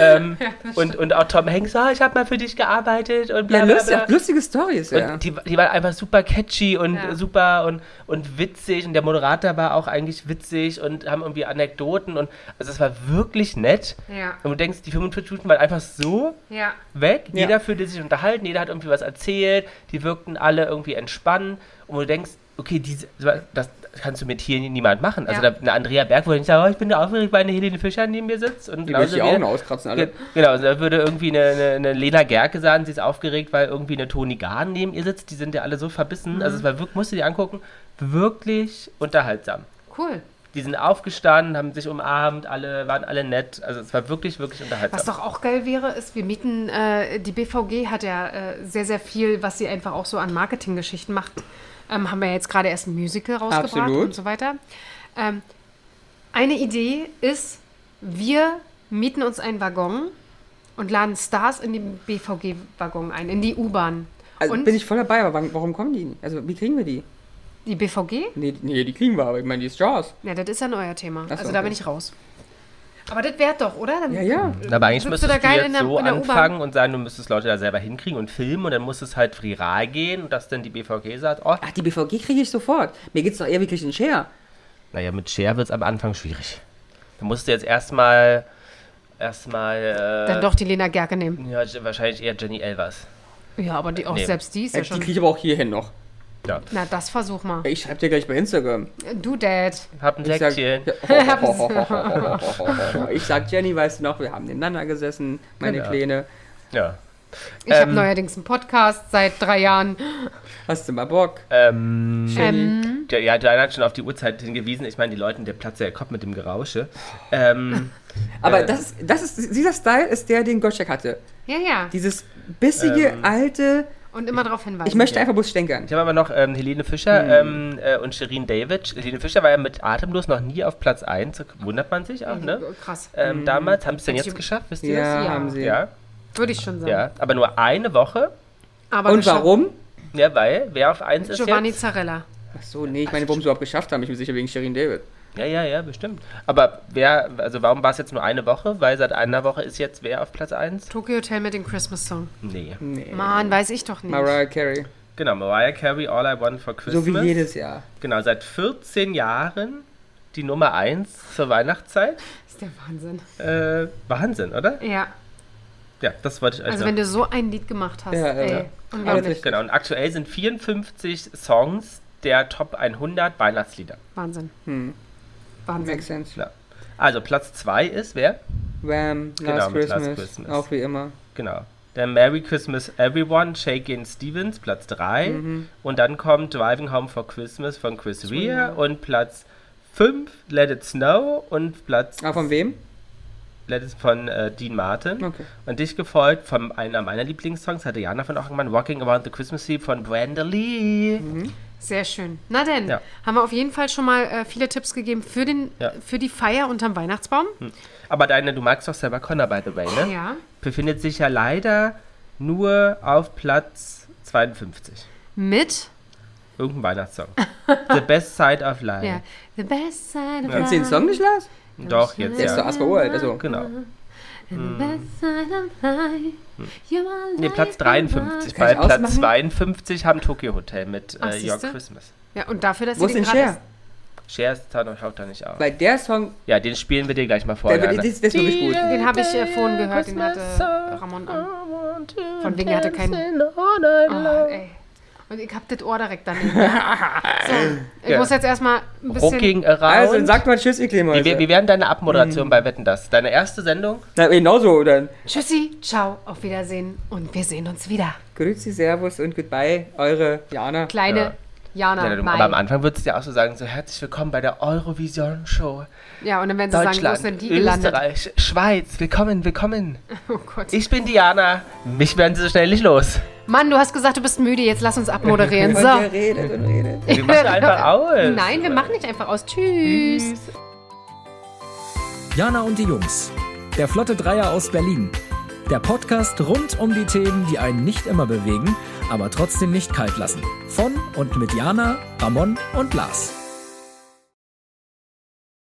ähm, und, und auch Tom Hanks, oh, ich habe mal für dich gearbeitet und bla
Ja,
bla
lustig,
bla.
auch lustige Stories, ja.
Und die, die waren einfach super catchy und
Ja.
super und, und witzig und der Moderator war auch eigentlich witzig und haben irgendwie Anekdoten und also es war wirklich nett.
Ja.
Und du denkst, die 45 Minuten waren einfach so
Ja.
weg.
Ja.
Jeder fühlte sich unterhalten, jeder hat irgendwie was erzählt, die wirkten alle irgendwie entspannt und wo du denkst, okay, diese, das kannst du mit hier niemand machen. Also
Ja.
da, eine Andrea Berg würde nicht sagen, oh, ich bin aufgeregt, weil eine Helene Fischer neben mir sitzt und
Die
genauso wie-
die Augen auskratzen alle.
Ge- Genau, also da würde irgendwie eine, eine, eine Lena Gerke sagen, sie ist aufgeregt, weil irgendwie eine Toni Garn neben ihr sitzt. Die sind ja alle so verbissen. Also es war wirklich, musst du dir angucken, wirklich unterhaltsam.
Cool.
Die sind aufgestanden, haben sich umarmt, alle waren alle nett. Also es war wirklich, wirklich unterhaltsam.
Was doch auch geil wäre, ist, wir mieten, äh, die BVG hat ja äh, sehr, sehr viel, was sie einfach auch so an Marketinggeschichten macht. Ähm, haben wir ja jetzt gerade erst ein Musical rausgebracht
Absolut.
und so weiter. Ähm, eine Idee ist, wir mieten uns einen Waggon und laden Stars in den BVG-Waggon ein, in die U-Bahn.
Also
und
bin ich voll dabei, aber wann- warum kommen die? Also wie kriegen wir die?
die BVG?
Nee, die- nee die kriegen wir, aber ich meine, die ist Jaws.
Ja, das ist ja ein euer Thema.
Ach so,
also da
okay.
bin ich raus. Aber das wäre doch, oder? Dann
Ja, ja.
aber eigentlich
sitzt
müsstest
du
du,
da geil
jetzt
in der-
so
in der U-Bahn?
anfangen und sagen, du müsstest Leute da selber hinkriegen und filmen und dann muss es halt viral gehen und dass dann die BVG sagt, oh,
Ach, die BVG kriege ich sofort. Mir geht's doch eher wirklich in Share.
naja, mit Share wird es am Anfang schwierig. Da musst du jetzt erstmal, erstmal,
Dann doch die Lena Gerke nehmen.
äh, ja, wahrscheinlich eher Jenny Elvers.
Ja, aber die auch
Nee.
selbst die ist
Äh,
ja
die
schon.
kriege ich aber auch hierhin noch.
Ja.
Na, das versuch mal.
Ich schreibe dir gleich bei Instagram.
Du, Dad.
Hab ein
Ich sag,
Säckchen.
ich sag Jenny, weißt du noch, wir haben nebeneinander gesessen, meine
Genau.
Kleine.
Ja.
Ich habe
Ähm.
neuerdings einen Podcast seit drei Jahren.
Hast du mal Bock?
Ähm,
Jenny.
der, ja, Diana hat schon auf die Uhrzeit hingewiesen. Ich meine, die Leute, der platzt ja der Kopf mit dem Gerausche. Ähm,
aber
äh.
das, ist- das ist, dieser Style ist der, den Gottschalk hatte.
Ja, ja.
Dieses bissige, alte,
Und immer darauf hinweisen.
ich möchte einfach bloß stänkern.
ich habe aber noch ähm, Helene Fischer
Hm.
ähm, äh, und Shirin David. Helene Fischer war ja mit Atemlos noch nie auf Platz 1. Wundert man sich auch,
Mhm.
ne?
Krass.
Ähm, Damals. Haben sie es denn
Hätte ich-
jetzt geschafft? Wisst ihr
Ja,
Ja.
haben sie.
das? Ja,
Würde ich schon sagen.
ja. Aber nur eine Woche.
Aber
Und
geschafft.
warum?
Ja, weil, wer auf 1 ist
Giovanni
jetzt?
Zarella.
Ach so, nee, ich meine, warum sie überhaupt geschafft haben. Ich bin sicher wegen Shirin David.
Ja, ja, ja, bestimmt. Aber wer, also warum war es jetzt nur eine Woche? Weil seit einer Woche ist jetzt wer auf Platz 1?
Tokyo Hotel mit dem Christmas Song.
Nee.
Nee.
Mann, weiß ich doch nicht.
Mariah Carey.
Genau, Mariah Carey, All I Want for Christmas.
So wie jedes Jahr.
Genau, seit 14 Jahren die Nummer 1 zur Weihnachtszeit.
Ist der Wahnsinn.
Äh, Wahnsinn, oder?
Ja.
Ja, das wollte ich euch
Also
sagen.
wenn du so ein Lied gemacht hast,
Ja, ja,
ey.
ja.
Unglaublich.
Genau, und aktuell sind 54 Songs der Top 100 Weihnachtslieder.
Wahnsinn.
Hm. Makes
Wahnsinn.
sense.
Ja. Also Platz 2 ist wer?
Wham, Last,
Genau, mit Last
Christmas.
Christmas.
Auch wie immer.
Genau. Der Merry Christmas Everyone, Shakin' Stevens, Platz 3.
Mhm.
Und dann kommt Driving Home for Christmas von Chris Rea. Und Platz 5 Let It Snow. Und Platz
Ah, von wem?
letztes von äh, Dean Martin.
Okay.
Und dich gefolgt von einer meiner Lieblingssongs, hatte Jana von Ockenmann, Walking Around the Christmas Eve von Brenda Lee.
Sehr schön. Na denn,
Ja.
haben wir auf jeden Fall schon mal äh, viele Tipps gegeben für, den,
Ja.
für die Feier unterm Weihnachtsbaum.
Hm.
Aber deine, du magst doch selber Connor, by the way, ne?
Ja.
Befindet sich ja leider nur auf Platz 52.
Mit
Irgendein Weihnachtssong. The Best Side of Life.
ja. The Best Side of
Kennst du den Song nicht, Lars?
Doch, jetzt
Der ist doch
ja.
Aska World, also.
Genau.
The best side of life. You are
Hm. Nee, Platz
life and
53.
love.
Kann
Bei
ich
Platz
ausmachen?
52 haben Tokyo Hotel mit
Ach,
äh, Your
siehste.
Christmas.
Ja, und dafür, dass
Wo
ihr
ist
den
denn
gerade.
Cher?
Cher ist da noch, schaut da nicht auf.
Weil der Song,
Ja, den spielen wir dir gleich mal vor.
der, der,
Jana.
der ist wirklich gut.
Den habe ich äh, vorhin gehört, den hatte Ramon an. Oh, Von wegen, der hatte keinen. Oh, ey. Und ich hab das Ohr direkt daneben. So, ich
Ja.
muss jetzt erstmal ein bisschen.
Rocking around.
Also, dann sagt mal Tschüss, ihr
wie, wie,
Klima.
wie wäre denn deine Abmoderation bei Wetten das? Deine erste Sendung?
Na, genauso, dann.
Tschüssi, ciao, auf Wiedersehen und wir sehen uns wieder.
Grüezi, Servus und Goodbye, eure Jana.
Kleine Jana.
Ja, du-
Mai.
aber am Anfang würdest du ja auch so sagen, so herzlich willkommen bei der Eurovision Show.
ja, und dann werden sie sagen, wo ist denn
Deutschland,
die gelandet?
Österreich, Schweiz, willkommen, willkommen.
Oh Gott.
Ich bin Diana. Mich werden sie so schnell nicht los.
Mann, du hast gesagt, du bist müde, jetzt lass uns abmoderieren. So.
Und der redet und redet.
Wir machen einfach aus.
Nein, wir machen nicht einfach aus. Tschüss.
Jana und die Jungs. Der Flotte Dreier aus Berlin. Der Podcast rund um die Themen, die einen nicht immer bewegen, aber trotzdem nicht kalt lassen. Von und mit Jana, Ramon und Lars.